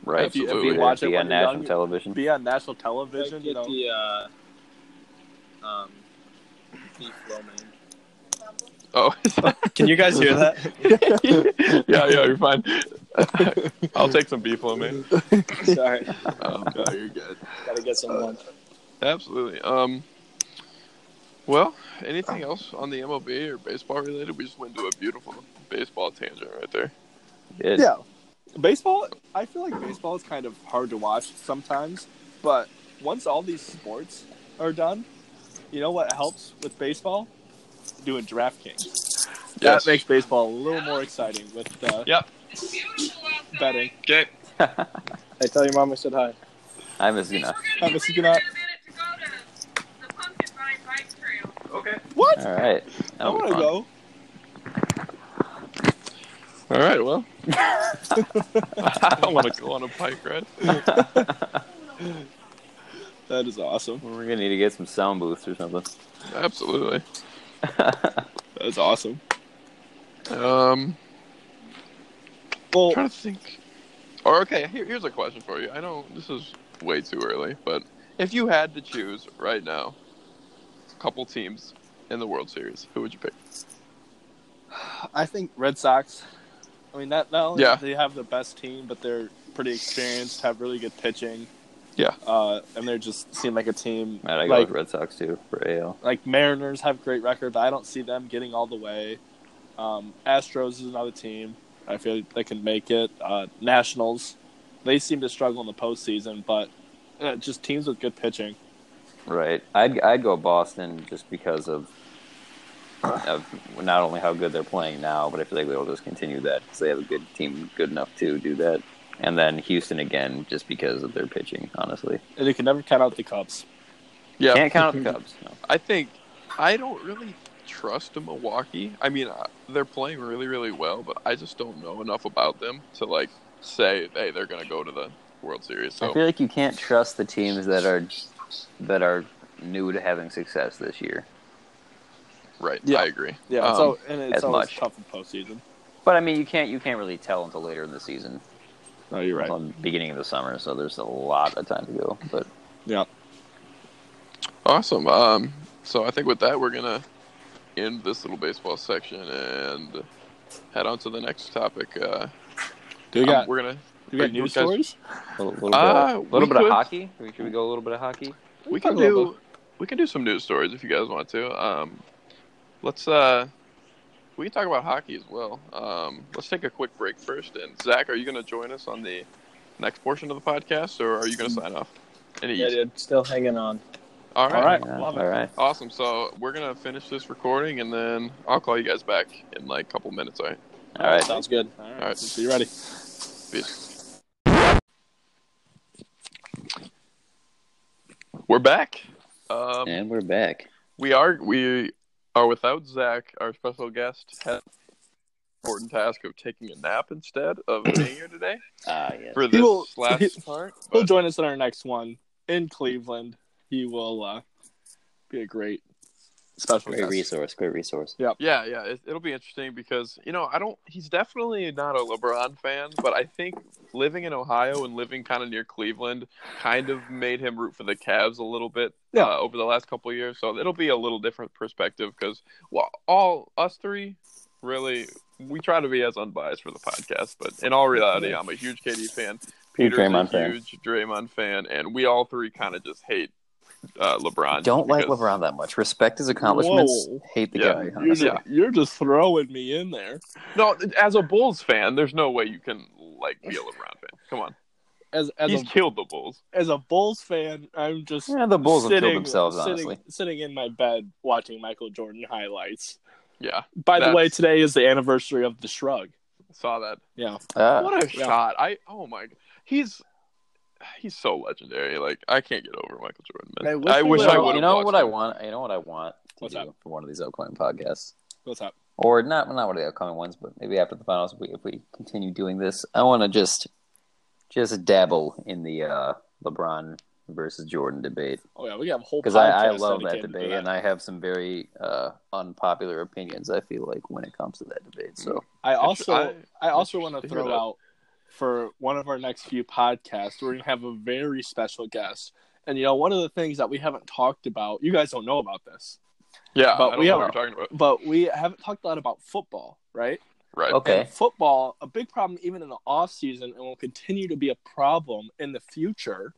Right?
If you- if you
Absolutely.
watch it
be
when
on
you're
national
young,
television.
Be on national television. You know,
the uh, um,
Oh,
Can you guys hear that?
yeah, yeah, you're fine. I'll take some beef on me.
Sorry,
Um, you're good.
gotta get some lunch.
Absolutely. Um, well, anything else on the MLB or baseball related? We just went to a beautiful baseball tangent right there.
It-
Yeah. Baseball, I feel like baseball is kind of hard to watch sometimes, but once all these sports are done, you know what helps with baseball? Doing DraftKings.
Yes.
That makes baseball a little more exciting with uh,
Yep.
betting.
Okay.
Hey, tell your mom I said hi.
I'm just gonna.
Hi, Miss Iguana.
Okay.
What?
All right.
I
That'll be
want to
fun.
go.
All right. Well, I don't want to go on a bike ride.
That is awesome.
We're gonna need to get some sound booths or something.
Absolutely.
That is awesome.
Um,
Well,
trying to think. Or okay, here, here's a question for you. I know this is way too early, but if you had to choose right now, a couple teams in the World Series, who would you pick?
I think Red Sox. I mean, not, not only
Yeah.
do they have the best team, but they're pretty experienced, have really good pitching.
Yeah.
Uh, and they just seem like a team.
And I go
like
with Red Sox too for AL.
like Mariners have great record, but I don't see them getting all the way. Um, Astros is another team. I feel they can make it. Uh, Nationals, they seem to struggle in the postseason, but uh, just teams with good pitching.
Right. I'd I'd go Boston just because of of not only how good they're playing now, but I feel like they'll just continue that because they have a good team, good enough to do that. And then Houston again, just because of their pitching. Honestly,
And you can never count out the Cubs.
Yeah,
can't count out the Cubs. No.
I think I don't really trust Milwaukee. I mean, I- they're playing really, really well, but I just don't know enough about them to like say, hey, they're gonna go to the World Series.
I
Oh.
So
feel like you can't trust the teams that are that are new to having success this year.
right,
Yeah.
I agree.
Yeah,
Um,
so and it's
as
always
much.
tough in postseason.
But I mean, you can't you can't really tell until later in the season,
No, you're right.
until the beginning of the summer. So there's a lot of time to go. But
Yeah,
awesome. Um, so I think with that, we're gonna end this little baseball section and head on to the next topic. Uh,
do we got
we're gonna
do we got
you
news
guys-
stories?
a little, little
Uh,
bit,
we
little bit of
could-
hockey. Should we go a little bit of hockey?
we
talk
can
about
do we can do some news stories if you guys want to. Um, let's uh, we can talk about hockey as well. Um, let's take a quick break first. And Zach, are you going to join us on the next portion of the podcast, or are you going to sign off? Any
Yeah, dude, still hanging on.
All right.
All right,
Yeah,
love it.
all right.
Awesome. So we're gonna finish this recording, and then I'll call you guys back in like a couple minutes. All right.
All right.
Sounds good.
All
All right.
right, so you ready?
Peace. We're back. Um,
And we're back.
We are we are without Zach. Our special guest had the important task of taking a nap instead of being here today
Ah, yes.
for this
will-
last
he-
part.
He'll
but-
join us in our next one in Cleveland. He will uh, be a great special
Great
guest.
resource. Great resource.
yeah, yeah, it, it'll be interesting because you know I don't. He's definitely not a LeBron fan, but I think living in Ohio and living kind of near Cleveland kind of made him root for the Cavs a little bit
Yeah.
uh, over the last couple of years. So it'll be a little different perspective because well, all us three really we try to be as unbiased for the podcast, but in all reality, I'm a huge KD fan.
Huge
Peter's
Draymond
a
fan.
huge Draymond fan, and we all three kind of just hate uh, LeBron.
Don't like
because-
LeBron that much. Respect his accomplishments.
Whoa.
Hate the
Yeah,
guy.
You're just,
honestly.
Yeah.
you're just throwing me in there.
No, as a Bulls fan, there's no way you can like be a LeBron fan. Come on,
As as
he's
a
killed the Bulls.
as a Bulls fan, I'm just
Yeah, the Bulls have
sitting-
killed themselves.
sitting-
Honestly,
sitting in my bed watching Michael Jordan highlights.
Yeah,
By the way,
That's-
today is the anniversary of the Shrug.
saw that.
Yeah,
Ah,
What a
Uh, yeah.
shot! I oh my, g- he's he's so legendary. Like I can't get over Michael Jordan. Man.
I wish
I
we
wish
would've-
I
Well,
would.
you know what I want. You know what I want to
What's
do
that?
for one of these upcoming podcasts,
what's up?
or not not one of the upcoming ones, but maybe after the finals, if we, if we continue doing this, I want to just just dabble in the uh, LeBron versus Jordan debate
Oh yeah, we have a whole
because I, I
podcast
love that
dedicated to
debate, and I have some very uh, unpopular opinions. I feel like when it comes to that debate, so
I also I,
I-
also want to
interesting to hear
throw
that.
out for one of our next few podcasts, we're gonna have a very special guest. And you know, one of the things that we haven't talked about, you guys don't know about this,
Yeah,
But
I don't
we
know
are-
what you're talking about.
but we haven't talked a lot about football, right?
Right?
okay,
And football, a big problem even in the off season, and will continue to be a problem in the future,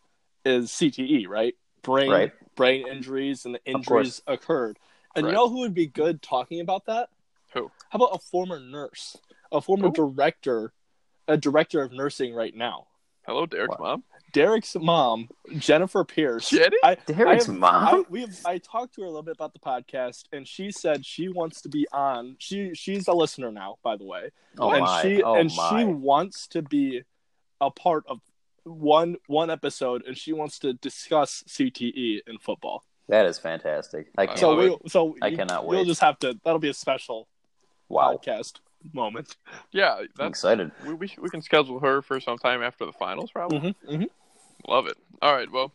is CTE, right? Brain
right?
brain injuries and the
Of course.
injuries occurred. And
Right.
you know who would be good talking about that?
Who?
How about a former nurse, a former
Who?
director, a director of nursing right now?
Hello, Derek's
What?
mom.
Derek's mom, Jennifer Pierce.
Jenny?
Derek's
I have-
mom.
I, we have, I talked to her a little bit about the podcast, and she said she wants to be on. She she's a listener now, by the way,
oh
and
my!
she
oh
and
my!
she wants to be a part of one one episode, and she wants to discuss CTE in football.
That is fantastic. I can't
So
love
wait.
we so
I
you-
cannot
You'll
wait.
just have to. That'll be a special
Wow,
podcast moment.
Yeah,
I'm
that's
excited.
we, we sh- we can schedule her for sometime after the finals, probably.
Mm-hmm, mm-hmm.
Love it. All right. Well,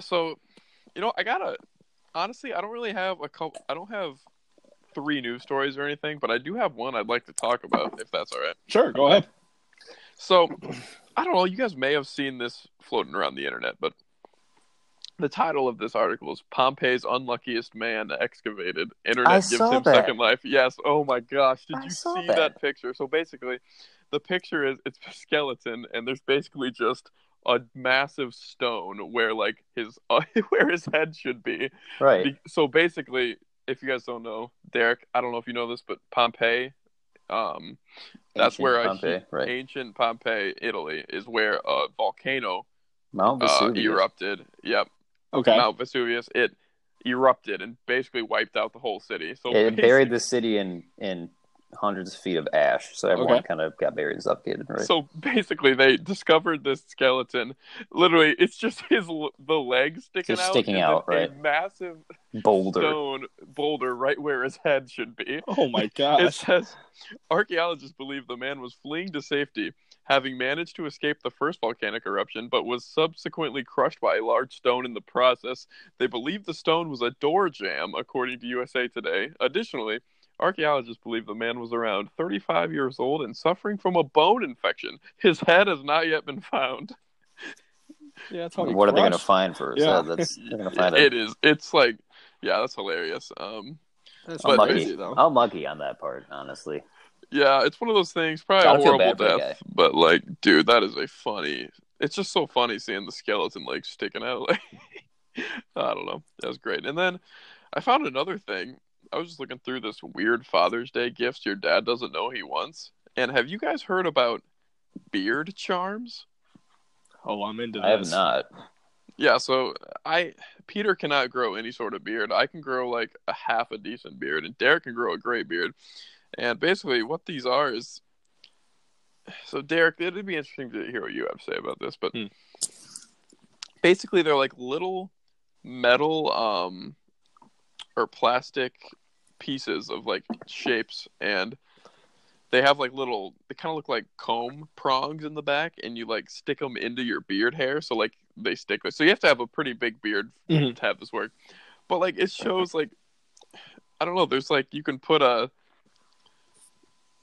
so you know, I gotta honestly, I don't really have a couple. I don't have three news stories or anything, but I do have one I'd like to talk about, if that's all right.
Sure, go ahead.
So, I don't know. You guys may have seen this floating around the internet, but the title of this article is "Pompeii's Unluckiest Man Excavated." Internet
I
gives
saw
him
that.
second life. Yes. Oh my gosh! Did
I
you
saw
see
that.
that picture? So basically, the picture is it's a skeleton, and there's basically just a massive stone where like his uh, where his head should be.
Right.
Be- So basically, if you guys don't know, Derek, I don't know if you know this, but Pompeii, um, that's
Ancient
where I-
Pompeii, right.
ancient Pompeii, Italy, is where a volcano
Mount
uh,
Vesuvius.
erupted. Yep,
Okay.
Mount Vesuvius. It erupted and basically wiped out the whole city. So
It buried the city in in hundreds of feet of ash, so everyone kind of got buried and suffocated. Right.
So basically, they discovered this skeleton. Literally, it's just his l- the leg sticking
Just
out,
sticking
and then
out,
A
right.
massive
Boulder.
stone boulder right where his head should be.
Oh my
It
gosh.
says archaeologists believe the man was fleeing to safety, having managed to escape the first volcanic eruption, but was subsequently crushed by a large stone in the process. They believe the stone was a door jam, according to USA Today. Additionally, archaeologists believe the man was around 35 years old and suffering from a bone infection. His head has not yet been found.
yeah, that's
what are they going to find for us?
Yeah.
Uh, that's they're going to find a,
It is. It's like, yeah, that's hilarious. Um,
That's
But-
crazy though.
I'm lucky on that part, honestly.
Yeah, it's one of those things. Probably
I
a
feel
horrible
bad for the
death, but like, dude, that is a funny. It's just so funny seeing the skeleton like sticking out. Like, I don't know, that was great. And then I found another thing. I was just looking through this weird Father's Day gifts your dad doesn't know he wants. And have you guys heard about beard charms?
Oh, I'm into this.
I have not.
Yeah, so I Peter cannot grow any sort of beard. I can grow like a half a decent beard, and Derek can grow a great beard. And basically, what these are is so Derek, it'd be interesting to hear what you have to say about this, but
Hmm.
basically, they're like little metal um or plastic pieces of like shapes, and they have like little they kind of look like comb prongs in the back and you like stick them into your beard hair so like they stick so you have to have a pretty big beard
Mhm.
to have this work but like it shows like i don't know there's like you can put a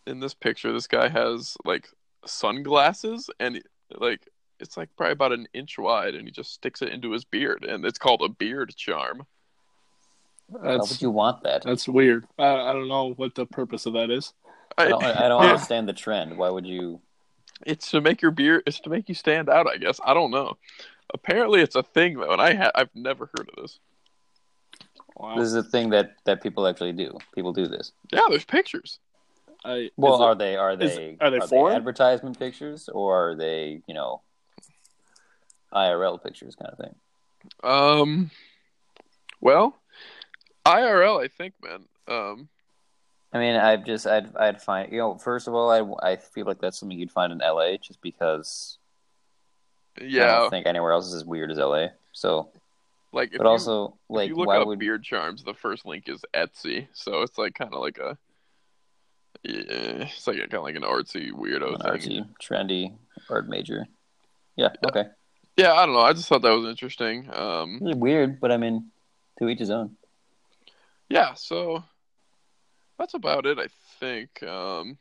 in this picture this guy has like sunglasses and like it's like probably about an inch wide and he just sticks it into his beard and it's called a beard charm
How would
That's
you want that?
that's weird. I, I don't know what the purpose of that is.
I don't, I don't
Yeah.
understand the trend. Why would you?
It's to make your beer. It's to make you stand out, I guess. I don't know. Apparently, it's a thing though, and I ha- I've never heard of this.
Wow.
This is a thing that that people actually do. People do this.
Yeah, there's pictures.
I,
Well,
is it-
are they are they
is- are they foreign?
advertisement pictures or are they you know IRL pictures kind of thing?
Um, well, IRL, I think, man. Um,
I mean, I've just I'd I'd find you know first of all I I feel like that's something you'd find in LA just because I
yeah,
don't think anywhere else is as weird as LA. So,
like if
but
you,
also
if
like
you look
why
up
would
beard charms, the first link is Etsy, so it's like kind of like a, yeah, it's like kind of like an artsy weirdo
an
thing.
artsy, trendy art major? Yeah, okay,
Yeah, I don't know. I just thought that was interesting. Um,
Really weird, but I mean, to each his own.
yeah so that's about it i think um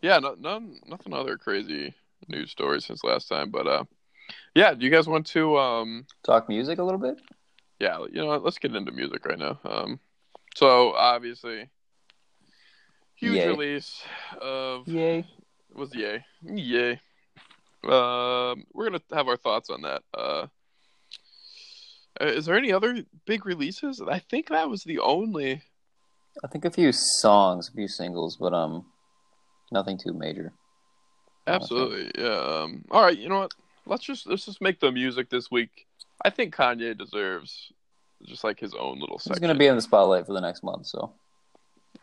yeah no, none nothing other crazy news stories since last time but uh yeah do you guys want to um
Talk music a little bit.
yeah you know what, let's get into music right now um so obviously huge
Yay.
release of
Yay!
was yay yay um we're gonna have our thoughts on that uh is there any other big releases i think that was the only
I think a few songs, a few singles, but um, nothing too major. Honestly.
Absolutely. Yeah. Um, all right. You know what? Let's just let's just make the music this week. I think Kanye deserves just like his own little
He's
section.
going to be in the spotlight for the next month, so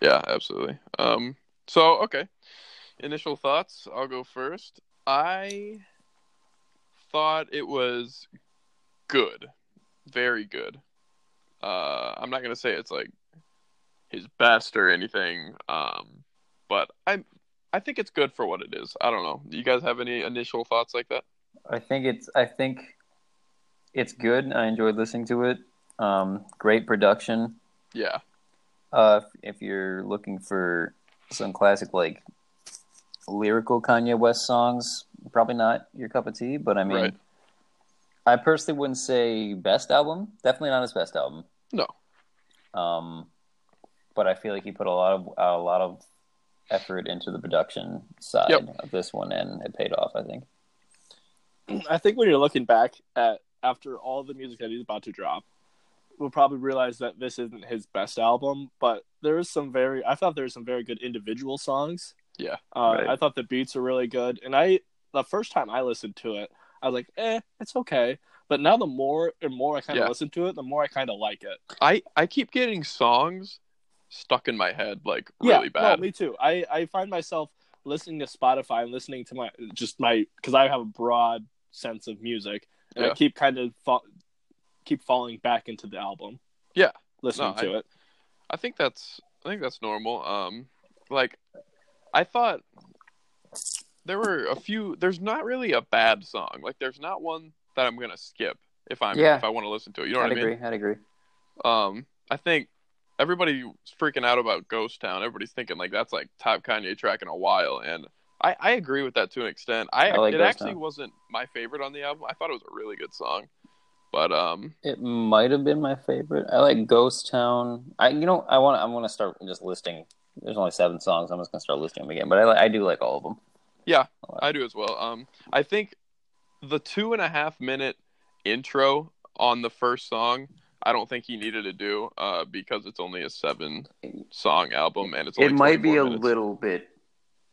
Yeah. Absolutely. Um. So okay. Initial thoughts. I'll go first. I thought it was good, very good. Uh, I'm not gonna say it's like his best or anything. Um, but I'm. I think it's good for what it is. I don't know. You guys have any initial thoughts like that?
I think it's I think it's good. I enjoyed listening to it. Um, great production.
Yeah.
Uh, if you're looking for some classic like lyrical Kanye West songs, probably not your cup of tea. But I mean,
Right.
I personally wouldn't say best album. Definitely not his best album.
No.
Um, but I feel like he put a lot of a lot of effort into the production side
Yep.
of this one, and it paid off. I think.
I think when you're looking back at after all the music that he's about to drop, we'll probably realize that this isn't his best album, but there is some very I thought there were some very good individual songs.
Yeah,
Uh,
right.
I thought the beats are really good, and I the first time I listened to it, I was like, eh, it's okay. But now the more and more I kind of
Yeah.
listen to it, the more I kind of like it.
I I keep getting songs stuck in my head like really
yeah,
bad.
No, me too. I I find myself listening to Spotify and listening to my just my because I have a broad sense of music, and I
Yeah.
keep kind of fa- keep falling back into the album.
Yeah.
listening
No,
to it.
I think that's I think that's normal. Um, like I thought there were a few. There's not really a bad song. Like there's not one that I'm gonna skip if I'm
Yeah.
if I want to listen to it. You know
I'd
what I mean?
agree. I'd agree.
Um, I think everybody's freaking out about Ghost Town. Everybody's thinking like that's like top Kanye track in a while, and I, I agree with that to an extent. I,
I like
it
Ghost
actually
Town.
wasn't my favorite on the album. I thought it was a really good song, but um,
It might have been my favorite. I like Ghost Town. I you know I want I want to start just listing. There's only seven songs. I'm just gonna start listing them again. But I li- I do like all of them.
I do as well. Um, I think the two and a half minute intro on the first song. I don't think he needed to do uh, because it's only a seven song album and it's only 24 minutes.
little bit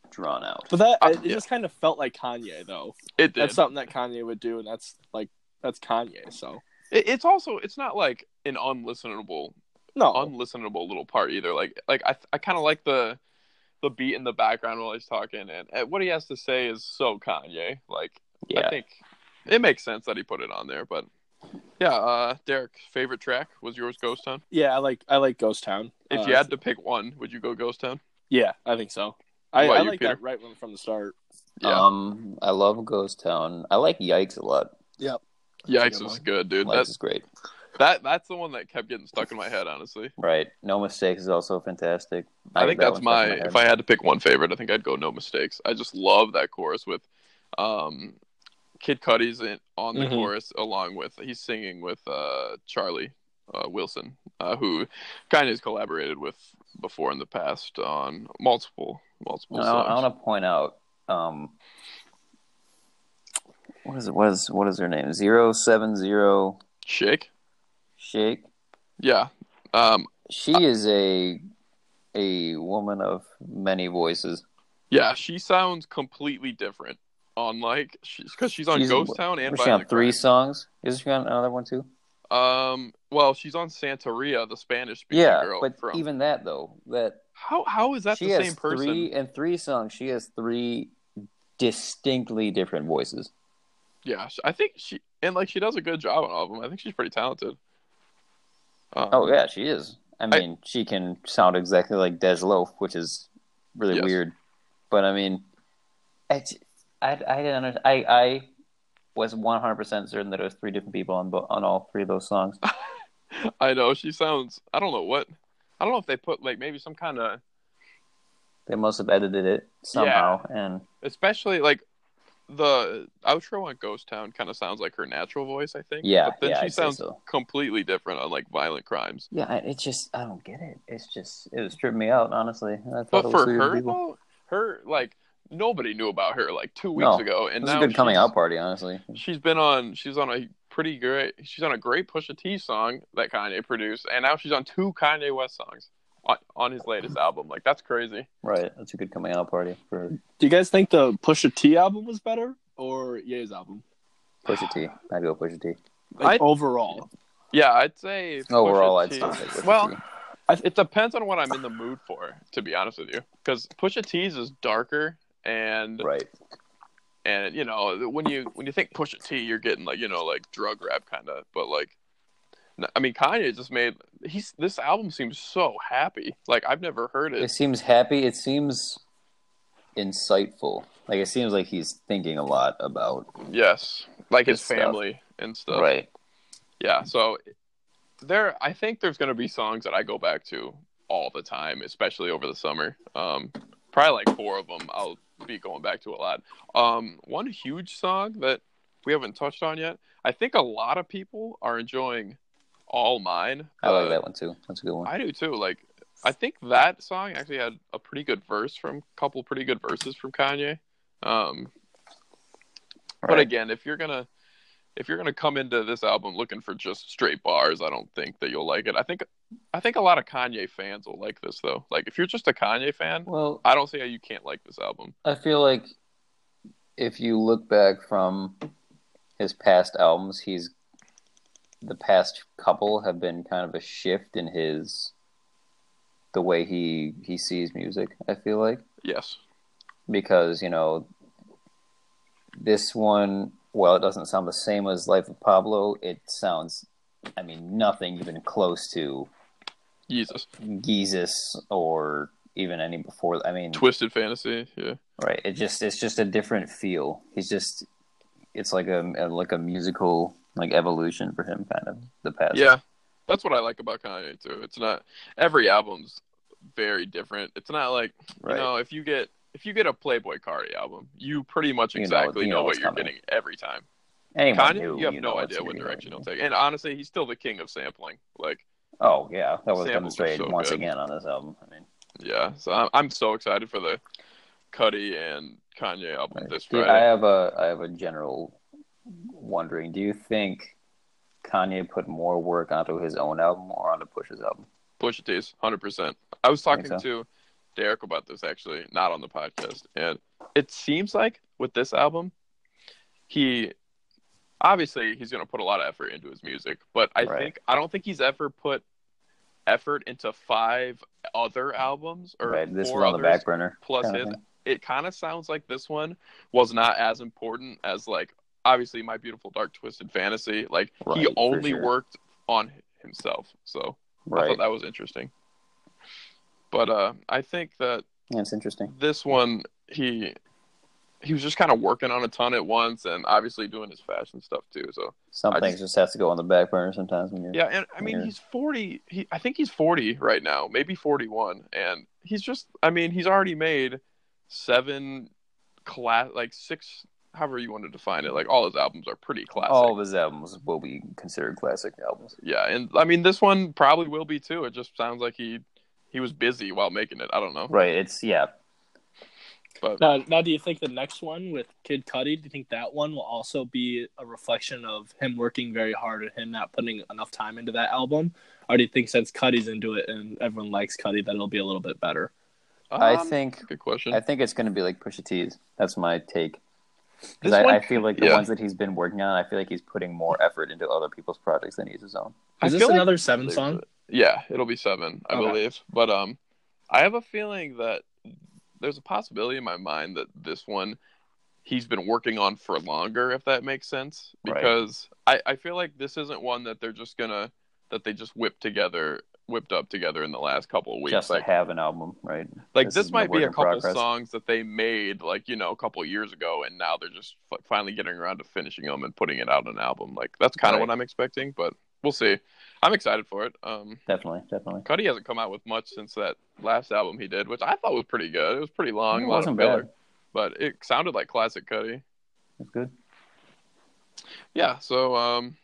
drawn out.
But that
Uh,
it it
yeah.
just kind of felt like Kanye though.
It did.
That's something that Kanye would do, and that's like that's Kanye. So
It, it's also it's not like an unlistenable
no,
unlistenable little part either. Like like I I kind of like the the beat in the background while he's talking, and, and what he has to say is so Kanye. Like I
Yeah,
think it makes sense that he put it on there, but yeah. Uh, Derek, favorite track was yours, Ghost Town.
yeah, I like I like Ghost Town.
If
Uh,
you had to pick one, would you go Ghost Town?
yeah, I think so.
What
I,
about
I
you,
like
Peter?
that right from- from the start.
Yeah.
Um, I love Ghost Town. I like Yikes a lot.
That's a
Yikes
good
is
one.
good, dude.
Yikes
That's
is great.
that that's the one that kept getting stuck in my head, honestly.
Right. No Mistakes is also fantastic.
I, think
that
that's
one's stuck
my,
in head.
if I had to pick one favorite, I think I'd go No Mistakes. I just love that chorus with um Kid Cudi's in, on the
Mm-hmm.
Mhm.
chorus along with he's singing with uh Charlie uh, Wilson, uh, who kind of collaborated with before in the past on multiple multiple
I,
songs.
want to point out. Um, what is it? What is what is her name? Zero seven zero
Shake?
Shake.
Yeah. Um
She is a a woman of many voices.
yeah, she sounds completely different on like she's cuz she's on
She's-
Ghost Town and
Was she
Violent
on three
Crime.
songs? Isn't she on another one too?
Um. Well, she's on Santeria, the Spanish-speaking
Yeah,
girl.
but
from...
even that though, that
how how is that
she
the
has
same person?
three and three songs. She has three distinctly different voices.
Yeah, sh- I think she and like she does a good job on all of them. I think she's pretty talented. Um,
Oh yeah, she is. I mean, she can sound exactly like Des Loaf, which is really
Yes.
weird. But I mean, I I, I didn't under, I I was one hundred percent certain that it was three different people on bo- on all three of those songs.
I know she sounds. I don't know what. I don't know if they put like maybe some kind of
They must have edited it somehow, and
especially like the outro on Ghost Town kind of sounds like her natural voice. I think.
yeah,
but then
yeah,
she
I'd say
sounds
so.
completely different on like Violent Crimes.
Yeah, I- it's just I don't get it. It's just it was tripping me out, honestly. I thought it
But
was
for
three different
her,
people.
though, her like nobody knew about her like two weeks
No,
ago,
it
and
was
now
a good coming
she's-
out party, honestly.
she's been on she's on a pretty great she's on a great Pusha T song that Kanye produced, and now she's on two Kanye West songs on, on his latest album. Like that's crazy.
Right, that's a good coming out party for
Do you guys think the Pusha T album was better or Ye's album?
Pusha T. I'd go Pusha T.
Like
I-
overall,
Yeah, I'd say Pusha
Overall, I'd
T-
still say Pusha
well.
T.
It depends on what I'm in the mood for, to be honest with you, because Pusha T's is darker and
Right.
and you know when you when you think Pusha T, you're getting like you know like drug rap kind of, but like. n- I mean, Kanye just made he's this album seems so happy. Like I've never heard
It
it.
seems happy. It seems insightful. Like it seems like he's thinking a lot about
Yes, like his
His stuff.
family and stuff.
right.
Yeah, so there I think there's going to be songs that I go back to all the time, especially over the summer. Um probably like four of them I'll be going back to a lot. Um one huge song that we haven't touched on yet. I think a lot of people are enjoying All Mine.
I like
Uh,
that one too. That's a good one.
I do too. Like I think that song actually had a pretty good verse from a couple pretty good verses from Kanye. Um But
Right.
again, if you're gonna if you're gonna come into this album looking for just straight bars, I don't think that you'll like it. I think I think a lot of Kanye fans will like this though. Like if you're just a Kanye fan,
Well,
I don't see how you can't like this album.
I feel like if you look back from his past albums, he's the past couple have been kind of a shift in his the way he he sees music. I feel like
Yes.
because you know this one, well, it doesn't sound the same as Life of Pablo. It sounds, I mean, nothing even close to
Jesus.
Jesus or even any before. I mean,
Twisted fantasy, yeah.
Right. It just it's just a different feel. He's just it's like a, a- like a musical like evolution for him, kind of the past.
Yeah. That's what I like about Kanye too. It's not every album's very different. It's not like
Right.
you know, if you get if you get a Playboy Cardi album, you pretty much
You know-
exactly
you
know,
know
what
what's
you're
coming.
getting every time.
Anyone
Kanye,
new,
you have
know,
no
it's
idea what
gonna be
direction he'll
like-
take. And honestly, he's still the king of sampling. Like,
Oh yeah, that
Samples
was
are
demonstrated
so
once
good.
again on this album. I mean,
yeah. So I'm, I'm so excited for the Cuddy and Kanye album this
do- I
Friday.
have a I have a general wondering. Do you think Kanye put more work onto his own album or onto Push's album?
Pusha T's, hundred percent. I was talking
so?
to Derek about this actually, not on the podcast, and it seems like with this album, he obviously he's going to put a lot of effort into his music, but I
Right.
think I don't think he's ever put effort into five other albums or
right, this
four
was on the
others
back burner.
plus
kinda
his
thing.
it kind of sounds like this one was not as important as like obviously my beautiful dark twisted fantasy like
Right,
he
for
only
sure.
worked on himself so i
Right,
thought that was interesting but uh i think that
that's interesting.
this one he he was just kind of working on a ton at once and obviously doing his fashion stuff too so
Some
I
things just has to go on the back burner sometimes when you're
yeah and i mean
Yeah.
he's 40 he i think he's 40 right now maybe 41 and he's just i mean he's already made seven class like six however you want to define it like all his albums are pretty classic
All of his albums will be considered classic albums.
yeah and i mean this one probably will be too it just sounds like he he was busy while making it i don't know
Right. It's yeah.
but
Now, now, do you think the next one with Kid Cudi, do you think that one will also be a reflection of him working very hard and him not putting enough time into that album? Or do you think since Cudi's into it and everyone likes Cudi, that it'll be a little bit better?
I
um,
think
good question
I think it's going to be like Pusha T's. That's my take.
This
Because I,
one-
I feel like the
yeah.
ones that he's been working on, I feel like he's putting more effort into other people's projects than he's his own.
I
Is this
feel like-
another seven song?
Yeah, it'll be seven, I
Okay.
believe. But um, I have a feeling that there's a possibility in my mind that this one he's been working on for longer, if that makes sense.
Right.
Because I I feel like this isn't one that they're just gonna that they just whipped together, whipped up together in the last couple of weeks.
Just
like
to have an album, right?
like
this
this,
has been a
might
work
be a
in
couple
progress.
songs that they made like you know a couple years ago, and now they're just f- finally getting around to finishing them and putting it out on an album. Like that's kind of
Right.
what I'm expecting, but we'll see. I'm excited for it. Um.
Definitely, definitely.
Cuddy hasn't come out with much since that last album he did, which I thought was pretty good. It was pretty long,
It
a lot
wasn't
of filler, but it sounded like classic Cuddy.
It's good.
Yeah, so um,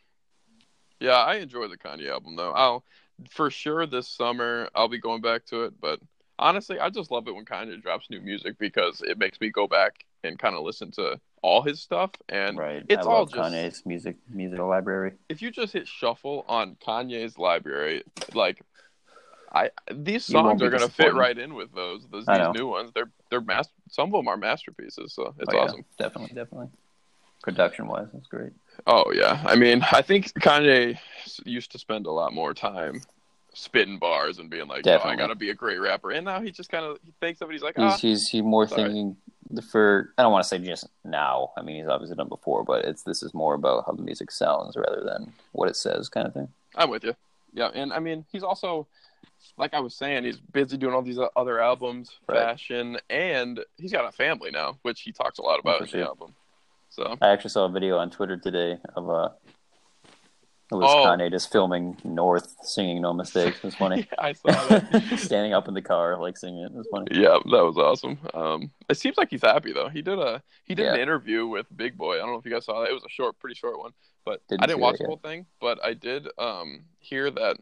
yeah, I enjoy the Kanye album though. I'll for sure this summer I'll be going back to it, but honestly, I just love it when Kanye drops new music because it makes me go back and kind of listen to all his stuff. And
right.
it's
I
all
love
just-
Kanye's music musical library.
if you just hit shuffle on Kanye's library, like I these
You won't
songs
be
are gonna fit
disappointed.
right in with those. Those
I
these
know.
new ones, they're they're mas- some of them are masterpieces, so it's
Oh, yeah,
awesome.
Definitely, definitely. Production wise, it's great.
Oh yeah, I mean, I think Kanye s- used to spend a lot more time spitting bars and being like, "Yo, I
Definitely.
gotta be a great rapper," and now he just kind of he thinks of it. He's like,
He's
"Ah,
he's he more
Sorry.
thinking the for I don't want to say just now. I mean, he's obviously done before, but it's this is more about how the music sounds rather than what it says, kind of thing.
I'm with you." Yeah, and I mean, he's also like I was saying, he's busy doing all these o- other albums,
Right.
fashion, and he's got a family now, which he talks a lot about in
sure.
the album. So
I actually saw a video on Twitter today of uh, it was
Oh.
Kanye just filming North singing "No Mistakes." It was funny,
Yeah, I saw that.
standing up in the car like singing it. It was funny.
yeah, that was awesome. Um, it seems like he's happy though. He did a he did an
Yeah.
interview with Big Boy. I don't know if you guys saw that. It was a short, pretty short one, but
Didn't
I didn't
see
watch
that
the
yet.
whole thing. But I did um hear that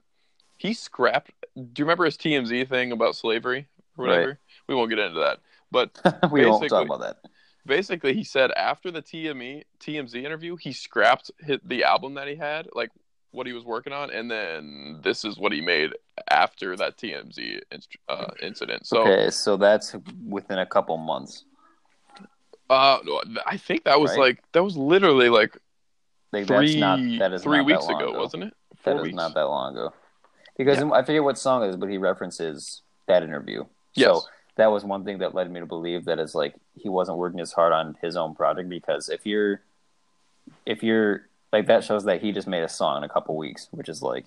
he scrapped. Do you remember his TMZ thing about slavery or whatever? We won't get into that. But
we won't
Basically-
talk about that.
basically he said after the E, TME TMZ interview, he scrapped his, the album that he had, like what he was working on, and then this is what he made after that TMZ in, uh, incident. So
okay, so that's within a couple months.
uh, no, I think that was
Right.
like that was literally like
Like,
three
that's not that is
three
not that
weeks
long
ago,
ago.
wasn't it?
That
Four
is
weeks.
not that long ago. Because I forget what song it is, but he references that interview.
Yes.
So that was one thing that led me to believe that it's like he wasn't working as hard on his own project because if you're if you're like that shows that he just made a song in a couple weeks, which is like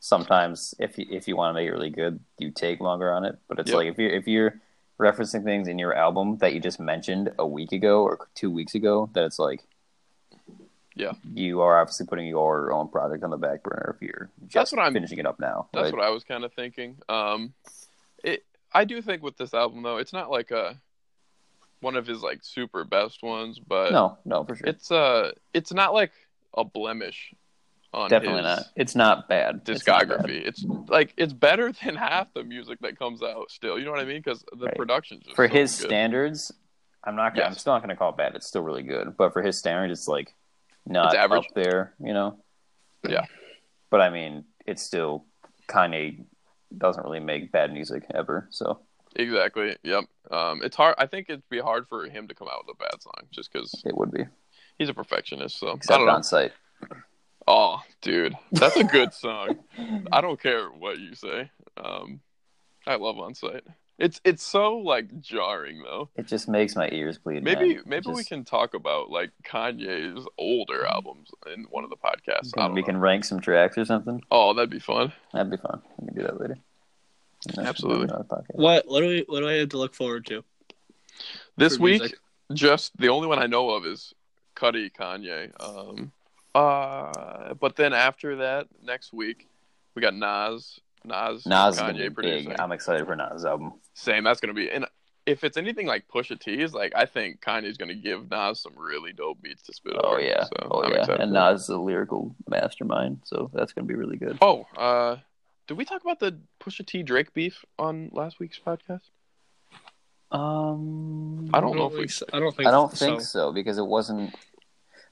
sometimes if you, if you want to make it really good, you take longer on it. But it's
Yep.
like if you're if you're referencing things in your album that you just mentioned a week ago or two weeks ago, that it's like
Yeah.
you are obviously putting your own project on the back burner if you're just
That's what I'm-
finishing it up now.
That's
right?
what I was kind of thinking. Um, it I do think with this album though, it's not like a one of his like super best ones, but
no, no, for sure.
uh, it's uh it's not like a blemish on
Definitely
his
not. It's not bad. It's not bad.
discography. It's, like it's better than half the music that comes out still. You know what I mean? Because the
Right.
production's just
for
so
his
good.
standards, I'm not. Gonna, I'm
Yes.
still not going to call it bad. It's still really good, but for his standards, it's like not
It's average.
up there. You know.
Yeah.
But I mean, it's still Kanye doesn't really make bad music ever. So
exactly. Yep. Um, it's hard. I think it'd be hard for him to come out with a bad song just because
it would be
he's a perfectionist. So I
except
don't know.
on site.
Oh, dude, that's a good song. I don't care what you say. Um, I love on site. It's it's so like jarring though.
It just makes my ears bleed.
Maybe
man. It
maybe we
just-
can talk about like Kanye's older albums in one of the podcasts. I
Can,
don't
we
know.
can rank some tracks or something.
Oh, that'd be fun.
That'd be fun. We can do that later. Another-
Absolutely.
another podcast.
What what do we what do I have to look forward to?
This
For
week,
music.
just the only one I know of is Cuddy Kanye. Um, uh, but then after that, next week, we got Nas. Nas,
Nas is gonna be
Kanye producing.
big. I'm excited for Nas' album.
Same. That's gonna be. And if it's anything like Pusha T's, like I think Kanye's gonna give Nas some really dope beats to spit.
Oh
over,
yeah,
So
oh
I'm
yeah,
excited
and
for that.
Nas is a lyrical mastermind, so that's gonna be really good.
Oh, uh, did we talk about the Pusha T Drake beef on last week's podcast?
Um,
I don't know if we.
think so. I don't think
I don't think so because it wasn't.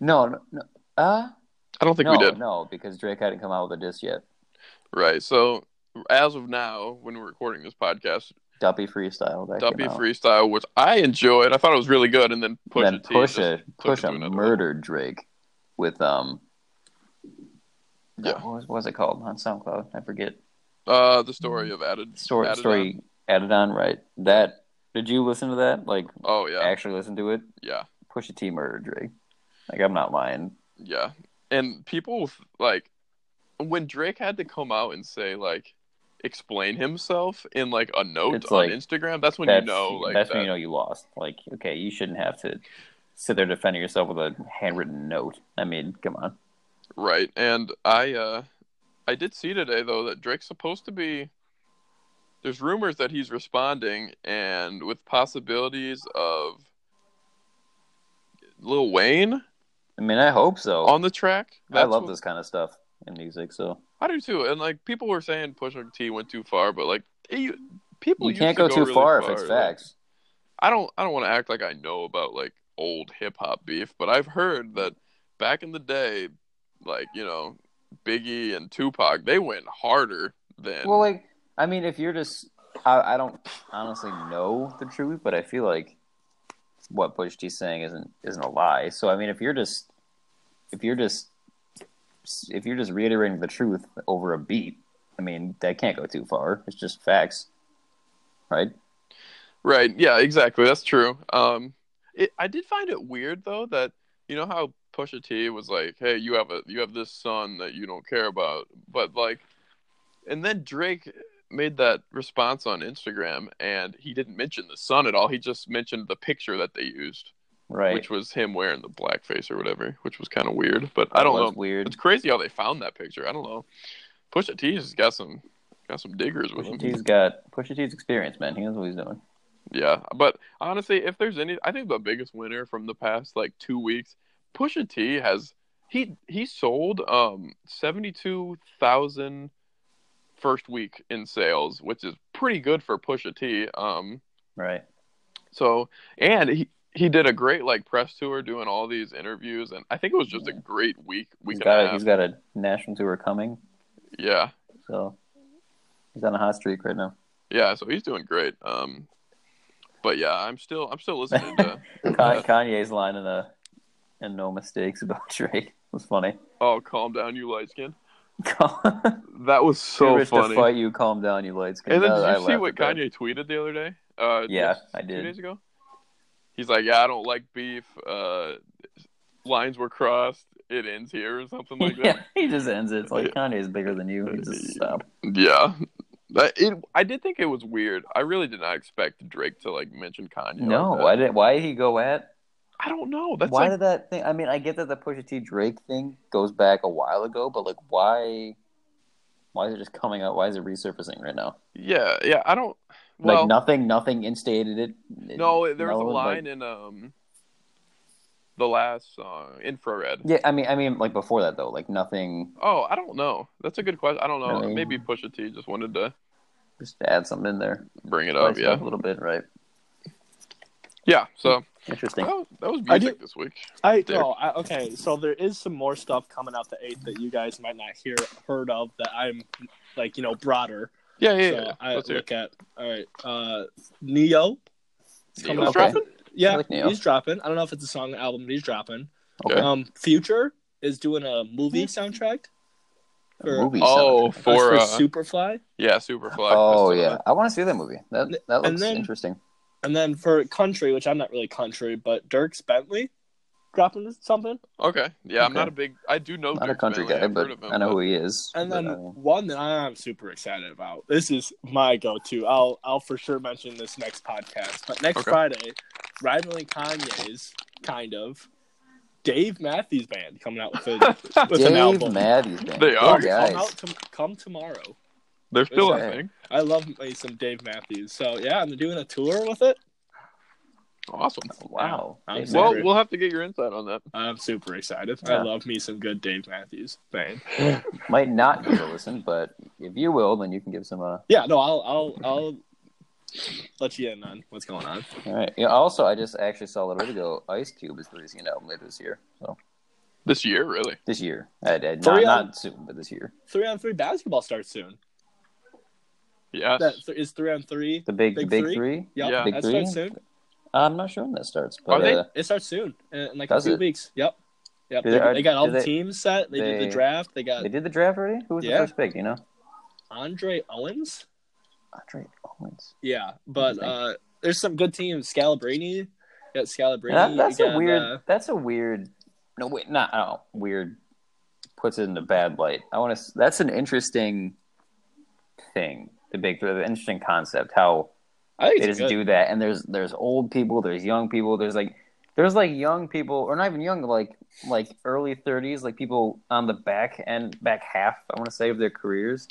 No, no, no uh,
I don't think
no,
we did.
no, because Drake hadn't come out with a diss yet.
Right. So as of now, when we're recording this podcast,
Duppy freestyle that
Duppy
came out.
freestyle, which I enjoyed. I thought it was really good, and then Pusha
then
T just-
Pusha,
took it to
Pusha
another
murdered Drake with um.
Yeah.
What was, what was it called on SoundCloud? I forget.
uh, the story of added
Mm-hmm. Story
added
story added on right. That did you listen to that? Like
on. Oh yeah,
actually listen to it?
yeah,
Pusha T murdered Drake. Like I'm not lying.
yeah. And people like when Drake had to come out and say like explain himself in like a note
It's
on
like-
Instagram. That's when
that's
you know like
that's
that.
when you know you lost. Like okay, you shouldn't have to sit there defending yourself with a handwritten note. I mean, come on.
Right. And I uh I did see today though that Drake's supposed to be there's rumors that he's responding and with possibilities of Lil Wayne
I mean, I hope so.
on the track.
I
That's
love
what-
this kind of stuff in music. So
I do too. And like people were saying Pusha T went too far, but like he- people
you
used
can't
to
go, too
really
far, if it's
like,
facts.
I don't I don't want to act like I know about like old hip hop beef, but I've heard that back in the day, like, you know, Biggie and Tupac, they went harder than
Well, like I mean, if you're just I, I don't honestly know the truth, but I feel like what Bush T's saying isn't isn't a lie. So I mean, if you're just if you're just if you're just reiterating the truth over a beat, I mean, that can't go too far. It's just facts, right?
Right. Yeah, exactly. That's true. Um it, I did find it weird though that you know how Pusha T was like, "Hey, you have a you have this son that you don't care about." But like and then Drake made that response on Instagram and he didn't mention the son at all. He just mentioned the picture that they used,
Right.
which was him wearing the blackface or whatever, which was kind of weird, but I don't
It was
know.
Weird.
It's crazy how they found that picture. I don't know. Pusha T's got some got some diggers with him.
Pusha T's got Pusha T's experience, man. He knows what he's doing.
Yeah, but honestly, if there's any, I think the biggest winner from the past like two weeks, Pusha T has he he sold um seventy two thousand first week in sales, which is pretty good for Pusha T. Um,
Right.
so and he he did a great like press tour doing all these interviews and I think it was just a great week week
He's
and a
got a,
half.
he's got a national tour coming,
yeah.
so he's on a hot streak right now.
Yeah, so he's doing great. Um but yeah, I'm still I'm still listening to
Kan- Kanye's line in a and no mistakes about Drake was funny.
Oh, calm down you light skin.
Too
That was so
rich to
funny.
fight you, calm down, you lights.
And then did you see what Kanye tweeted the other day? Uh,
Yeah,
just
I
Two
did.
days ago. He's like, "Yeah, I don't like beef. Uh, lines were crossed. It ends here, or something like
yeah,
that."
he just ends it. It's like Kanye's bigger than you. Just stop.
yeah, But it. I did think it was weird. I really did not expect Drake to like mention Kanye.
No,
like that.
why did why did he go at
I don't know. That's
why
like,
did that thing? I mean, I get that the Pusha T Drake thing goes back a while ago, but like, why? Why is it just coming out? Why is it resurfacing right now?
yeah, yeah. I don't. Well,
like nothing, nothing instated it.
no, there was a
No, like-
line in um the last song, infrared.
yeah, I mean, I mean, like before that though, like nothing.
Oh, I don't know. That's a good question. I don't know.
Really?
Maybe Pusha T just wanted to
Just add something in there.
bring it
Spice
up.
it
Yeah,
a little bit, right?
yeah. So.
Interesting.
That was, that was
I
music this week.
I
There.
no, I, okay. So there is some more stuff coming out the eighth that you guys might not hear heard of that I'm like you know broader.
Yeah, yeah,
so
yeah.
I
Let's hear it.
look at all right. Uh,
Neo's
Neo, coming out.
dropping?
yeah,
I like Neo.
he's dropping. I don't know if it's a song or album, but he's dropping.
Okay.
Um, Future is doing a movie soundtrack.
A
For,
movie soundtrack.
Oh, for
for
uh,
Superfly,
yeah, Superfly.
Oh
I saw
yeah,
that.
I want to see that movie. That that
And
looks
then-
interesting.
and then for country, which I'm not really country, but Dirks Bentley dropping something.
Okay. Yeah, I'm
Okay.
not a big. I do know.
Not a
Dirk
country
Bentley.
guy,
I've
but
heard of him,
I know
but-
who he is.
And
but,
then
uh,
one that I'm super excited about. This is my go-to. I'll I'll for sure mention this next podcast. But next
Okay.
Friday, rivaling Kanye's kind of Dave Matthews Band coming out with, a, with an
Dave
album.
Matthews Band.
They
Good
are.
come
guys.
out to, come tomorrow.
They're still
Okay.
a thing.
I love me some Dave Matthews. So yeah, I'm doing a tour with it.
Awesome.
Wow.
I'm
Dave
Well,
Super.
we'll have to get your insight on that.
I'm super excited.
Yeah.
I love me some good Dave Matthews Band.
might not give a listen, but if you will, then you can give some. Uh,
Yeah, no, I'll I'll I'll let you in on what's going on.
all right. Yeah, also, I just actually saw a little bit ago. Ice Cube is releasing an album later this year. So
This year, really.
this year, I, I, not,
Three on-
not soon, but this year.
Three on three basketball starts soon.
Yeah.
That th- is three on three.
The big,
Big
the big
Three?
three.
Yep,
Yeah.
Big
that
three?
starts soon.
I'm not sure when that starts,
Are
but
they-
uh,
It starts soon in, in like a
Does
few
it?
weeks. Yep, yep.
Do
They,
they- are-
they got all
do
the
they-
teams set. They, did
they-
the draft. They got
they did the draft already. Who was
Yeah.
the first pick? You know,
Andre Owens.
Andre Owens.
Yeah, but
Interesting.
uh, there's some good teams. Scalabrini. You got Scalabrini.
And that- that's
you
a
got,
weird.
uh,
That's a weird. No, wait, not I don't, weird. Puts it in a bad light. I want to. That's an interesting thing. The big three, an interesting concept. How
I think
they
it's
just
good.
do that, and there's there's old people, there's young people, there's like there's like young people, or not even young, like like early thirties, like people on the back end, back half, I want to say, of their careers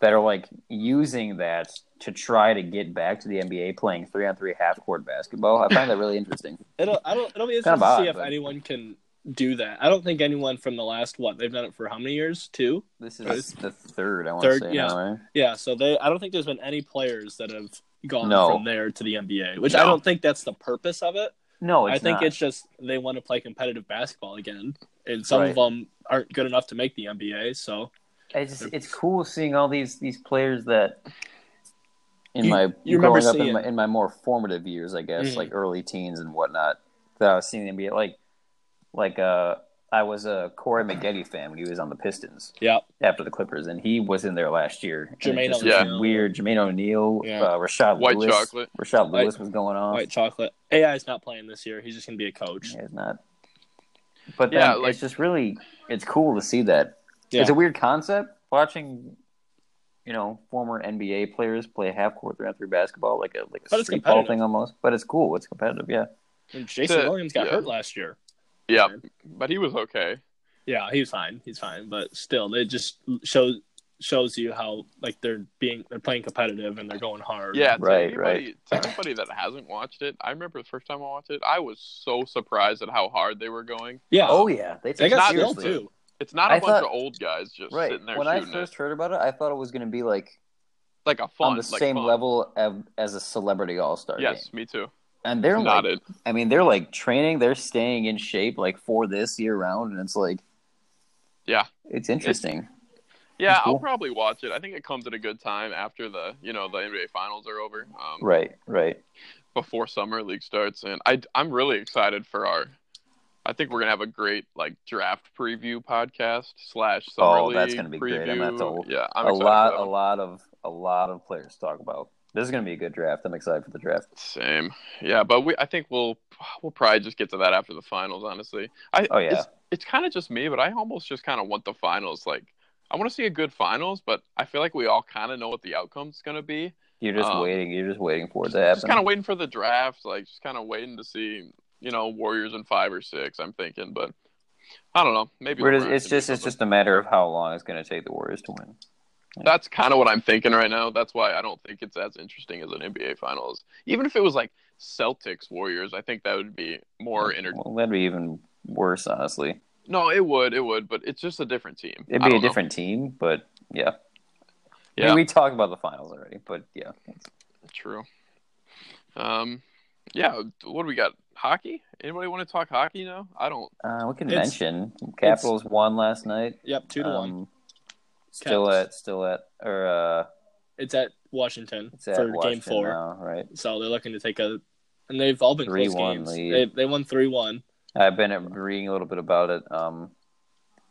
that are like using that to try to get back to the NBA playing three on three half court basketball. I find that really interesting.
It'll I don't it'll be
Kind of
interesting to see
odd,
if
but-
anyone can do that. I don't think anyone from the last what they've done it for how many years? Two.
This
Right.
is the third, I want
Third,
to say.
yeah.
Now, right?
Yeah, so they I don't think there's been any players that have gone
No.
from there to the NBA, which I
No.
don't think that's the purpose of it.
No, it's
I think
not.
it's just they want to play competitive basketball again, and some of
Right.
them aren't good enough to make the NBA. So
It's just, it's cool seeing all these these players that in
You-
my
you remember
growing up in
seeing-
my, in my more formative years, I guess,
Mhm.
like early teens and whatnot, that I was seeing the NBA. Like, like uh, I was a Corey Maggette fan when he was on the Pistons
yeah,
after the Clippers, and he was in there last year. And
Jermaine
just
O'Neal.
was weird. Jermaine O'Neal,
Yeah.
uh, Rashad
White
Lewis,
chocolate.
Rashad
White-
Lewis was going off.
white chocolate. AI is not playing this year. He's just gonna be a coach.
Yeah, it's not. But then
Yeah, like-
it's just really it's cool to see that. It's
Yeah.
a weird concept watching, you know, former NBA players play half court three on three basketball like a like
But
a
it's
street ball
competitive.
thing almost. But it's cool. It's competitive. Yeah,
And Jason
The-
Williams got
yeah.
hurt last year.
Yeah, but he was okay.
Yeah, he's fine. He's fine, but still, it just shows shows you how like they're being they're playing competitive and they're going hard.
Yeah, to
Right,
anybody, To anybody that hasn't watched it, I remember the first time I watched it, I was so surprised at how hard they were going.
yeah.
Oh yeah, they
Uh, they
take
got
it
not
skilled
seriously.
too.
It's not a
I
bunch
thought-
of old guys just
Right.
sitting there
When I
shooting
first
it.
heard about it, I thought it was going to be like
Like a fun,
on the
like
same
fun.
level of, as a celebrity all star
Yes,
game.
me too.
and they're
Not
like,
it.
I mean, they're like training, they're staying in shape like for this year round, and it's like,
Yeah.
it's interesting.
Yeah,
Cool.
I'll probably watch it. I think it comes at a good time after the you know the NBA finals are over. Um,
right, right.
before summer league starts, and I I'm really excited for our. I think we're gonna have a great like draft preview podcast slash summer
Oh,
league.
that's gonna be great. I'm gonna have to-
preview. yeah, I'm
a
excited for
lot,
that
a
one.
lot of, a lot of players to talk about. This is gonna be a good draft. I'm excited for the draft.
Same. Yeah, but we I think we'll we'll probably just get to that after the finals, honestly. I
Oh, yeah.
It's, it's kind of just me, but I almost just kind of want the finals like I want to see a good finals, but I feel like we all kind of know what the outcome's going to be.
You're just
Um,
waiting. You're just waiting for it to happen.
Just kind of waiting for the draft, like just kind of waiting to see, you know, Warriors in 5 or 6, I'm thinking, but I don't know. Maybe
We're just-
LeBron
it's
can do
just it's
something.
just a matter of how long it's going to take the Warriors to win.
That's kind of what I'm thinking right now. That's why I don't think it's as interesting as an NBA finals. Even if it was like Celtics Warriors, I think that would be more entertaining.
Well, that'd be even worse, honestly.
No, it would, it would, but it's just a different team.
It'd
I
be
don't
a
know.
different team, but yeah. I mean,
Yeah,
we talked about the finals already, but yeah,
true. Um, yeah. What do we got? Hockey? Anybody want to talk hockey now? I don't.
uh, we can
It's-
mention Capitals won last night.
Yep, two to one.
Um, Still
Caps.
at, still at, or uh,
It's at Washington
it's at
for
Washington
game four.
now, right?
So they're looking to take a, and they've all been close
3-1
games.
lead.
They they won three one.
I've been reading a little bit about it. Um,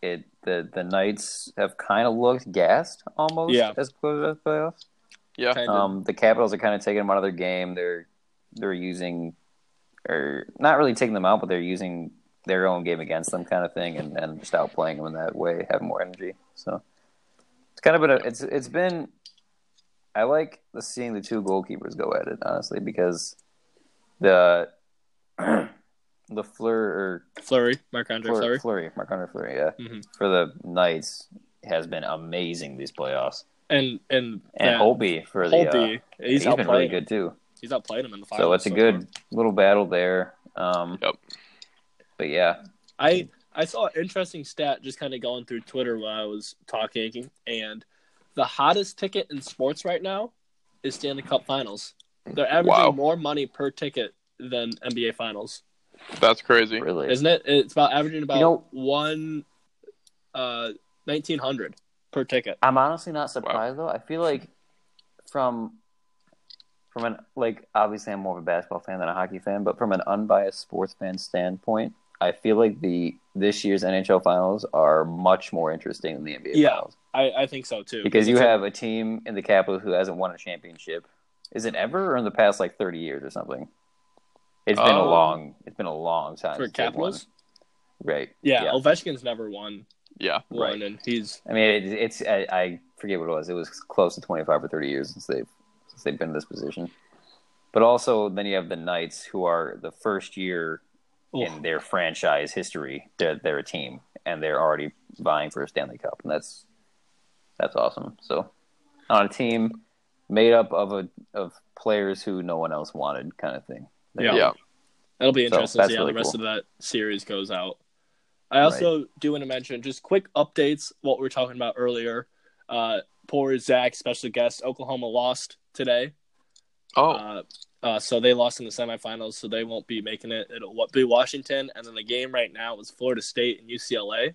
it the the Knights have kind of looked gassed almost
Yeah.
as close as playoffs.
Yeah.
Kind of.
Um, the Capitals are kind of taking them out of their game. They're they're using or not really taking them out, but they're using their own game against them, kind of thing, and, and just outplaying them in that way, having more energy. So it's kind of been a, it's it's been I like the, seeing the two goalkeepers go at it honestly because the the Fleur
Flurry, Mark Andre
or Fleur,
Flurry.
Fleury, Mark Andre Fleury, yeah,
Mhm.
for the Knights has been amazing these playoffs,
And and
and
that-
Holby for the uh,
Holtby, he's,
he's been really
outplayed him.
good too.
He's outplayed him in the finals.
So it's a
far.
good little battle there. Um,
Yep.
But yeah,
I I saw an interesting stat just kind of going through Twitter while I was talking, and the hottest ticket in sports right now is Stanley Cup Finals. They're averaging
Wow.
more money per ticket than NBA Finals,
That's crazy.
really.
isn't it? It's about averaging about
know-
one uh nineteen hundred per ticket.
I'm honestly not surprised though. I feel like from from an like obviously I'm more of a basketball fan than a hockey fan, but from an unbiased sports fan standpoint, I feel like the this year's NHL finals are much more interesting than the NBA
Yeah.
finals
I I think so too
because you
it's a-
have a team in the Capitals who hasn't won a championship. Is it ever or in the past like 30 years or something? It's been a
Um,
long it's been a long time
for
since they've won.
Capitals.
Right.
Yeah, Ovechkin's never won
Yeah.
one,
Right.
and he's
I mean, it, it's I, I forget what it was. It was close to twenty five or thirty years since they've since they've been in this position. But also, then you have the Knights, who are the first year in their franchise history. They're they're a team, and they're already vying for a Stanley Cup, and that's that's awesome. So, on a team made up of a of players who no one else wanted, kind of thing.
Yeah.
Yeah.
That'll be
So,
interesting to
that's
see how
really
the rest
cool.
of that series goes out. I also do want to mention just quick updates what we were talking about earlier. Uh, poor Zach, special guest, Oklahoma lost today,
Oh,
uh, uh, so they lost in the semifinals, so they won't be making it. It'll wa- be Washington, and then the game right now is Florida State and UCLA,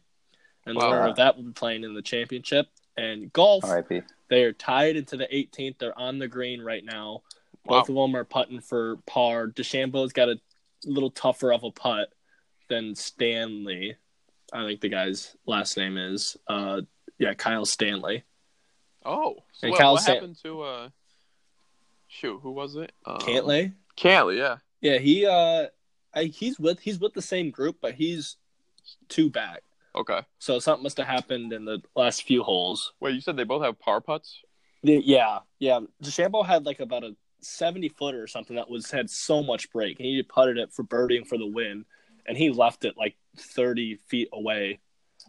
and the
Wow.
winner of that will be playing in the championship. And golf,
R.I.P.
they are tied into the 18th. They're on the green right now. Both of them are putting for par. DeChambeau's got a little tougher of a putt than Stanley. I think the guy's last name is uh yeah, Kyle Stanley.
oh. So
and
what,
Cal
what
Sa-
happened to uh? Shoot, who was it? Um,
Cantley?
Cantley, yeah.
Yeah, he uh I, he's with he's with the same group, but he's two back.
Okay.
So something must have happened in the last few holes.
Wait, you said they both have par putts?
The- Yeah, yeah. DeChambeau had like about a seventy footer or something that was had so much break, and he putted it for birdie and for the win, and he left it like thirty feet away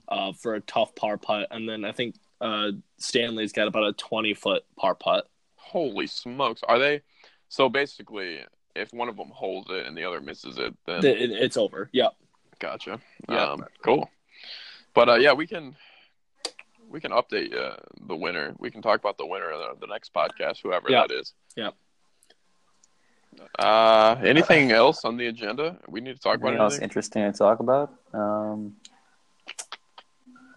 uh, for a tough par putt, and then I think uh, Stanley's got about a twenty foot par putt.
Holy smokes! Are they? So basically, if one of them holds it and the other misses it, then
Th- it- it's over. Yep.
Gotcha.
Yeah.
Um, cool. But uh, yeah, we can we can update uh, the winner. We can talk about the winner of the, the next podcast, whoever
Yeah.
that is. Uh, anything else on the agenda? We need to talk about
Anything else
anything.
interesting to talk about? Um,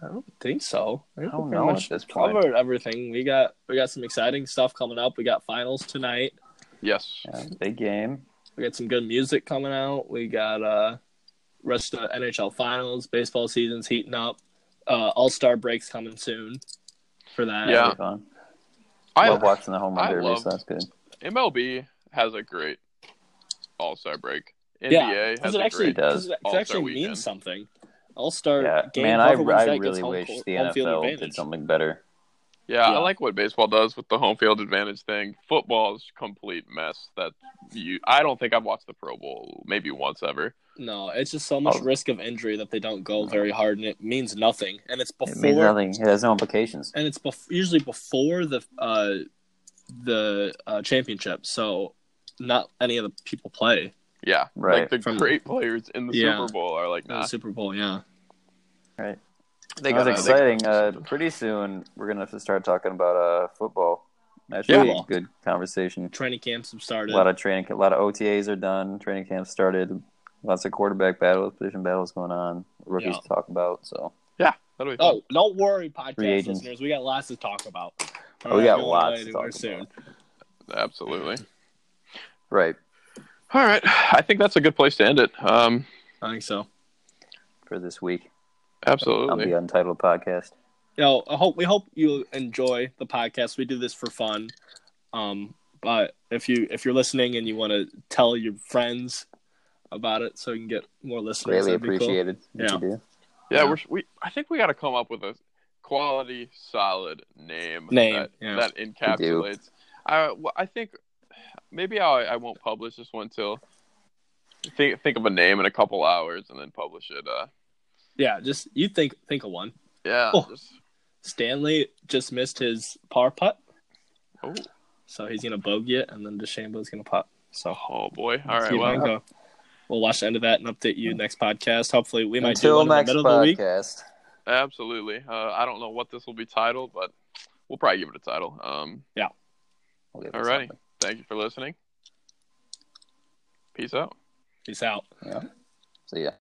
I don't think so. I, think
I don't
we
know
pretty
at
much
this point.
covered everything. We got we got some exciting stuff coming up. We got finals tonight.
Yes.
yeah, big game.
We got some good music coming out. We got uh rest of NHL finals, baseball season's heating up. Uh All Star breaks coming soon for that.
Yeah.
That'll be fun.
I
love watching the home run
I
derby,
love-
so that's good.
MLB has a great All Star break. NBA
Yeah,
has
Because
a
it actually
great.
It does.
does. It
All-Star
actually
weekend.
means something. All Star
Yeah,
game.
man, I,
whoever wins
I
that gets
really
home
wish
court-
the
home field
NFL did
advantage.
something better.
Yeah,
Yeah.
I like what baseball does with the home field advantage thing. Football's complete mess. That you, I don't think I've watched the Pro Bowl maybe once ever.
No, it's just so much
Oh.
risk of injury that they don't go very hard, and it means nothing. And it's
It means
before,
nothing. It has no implications.
and it's bef- usually before the uh, the uh, championship, so not any of the people play
Yeah,
Right.
Like the
From-
great players in the
Yeah.
Super Bowl are like,
in
nah,
the Super Bowl. Yeah,
Right.
they
that
gotta-
was
they gotta
exciting.
do
Uh,
something.
pretty soon, we're gonna have to start talking about uh football. That should
Yeah.
be a good conversation.
training camps have
A
started.
lot of training, a lot of OTAs are done. Training camps started. Lots of quarterback battles, position battles going on. Rookies
Yeah.
to talk about. So
yeah, that'll be fun.
oh, don't worry,
Free
podcast
agents.
listeners, we got lots to talk about.
Oh, we got
We're
lots
going
to talk
anywhere soon.
about.
Absolutely.
right
All right, I think that's a good place to end it. Um,
I think so.
for this week on
absolutely.
the Untitled Podcast.
you know, I hope we hope you enjoy the podcast. We do this for fun. Um, but if you if you're listening and you want to tell your friends about it, so you can get more listeners,
Greatly
that'd be cool.
appreciated. what
Yeah.
you do.
Yeah,
Yeah.
we're we. I think we got to come up with a quality, solid name.
Name,
that,
yeah.
that encapsulates. I well, I think maybe I I won't publish this one till think think of a name in a couple hours and then publish it. Uh,
Yeah, just you think think of one.
yeah.
Oh.
just-
Stanley just missed his par putt,
oh,
so he's gonna bogey it, and then DeChambeau's gonna pop. So
oh boy. All right.
keep on
Well,
going. We'll watch the end of that and update you next podcast. Hopefully, we might
Until
do one in
next
the middle of the week.
podcast.
absolutely. Uh, I don't know what this will be titled, but we'll probably give it a title. Um,
We'll give it
all righty.
something.
Thank you for listening. Peace out.
Peace out.
See ya.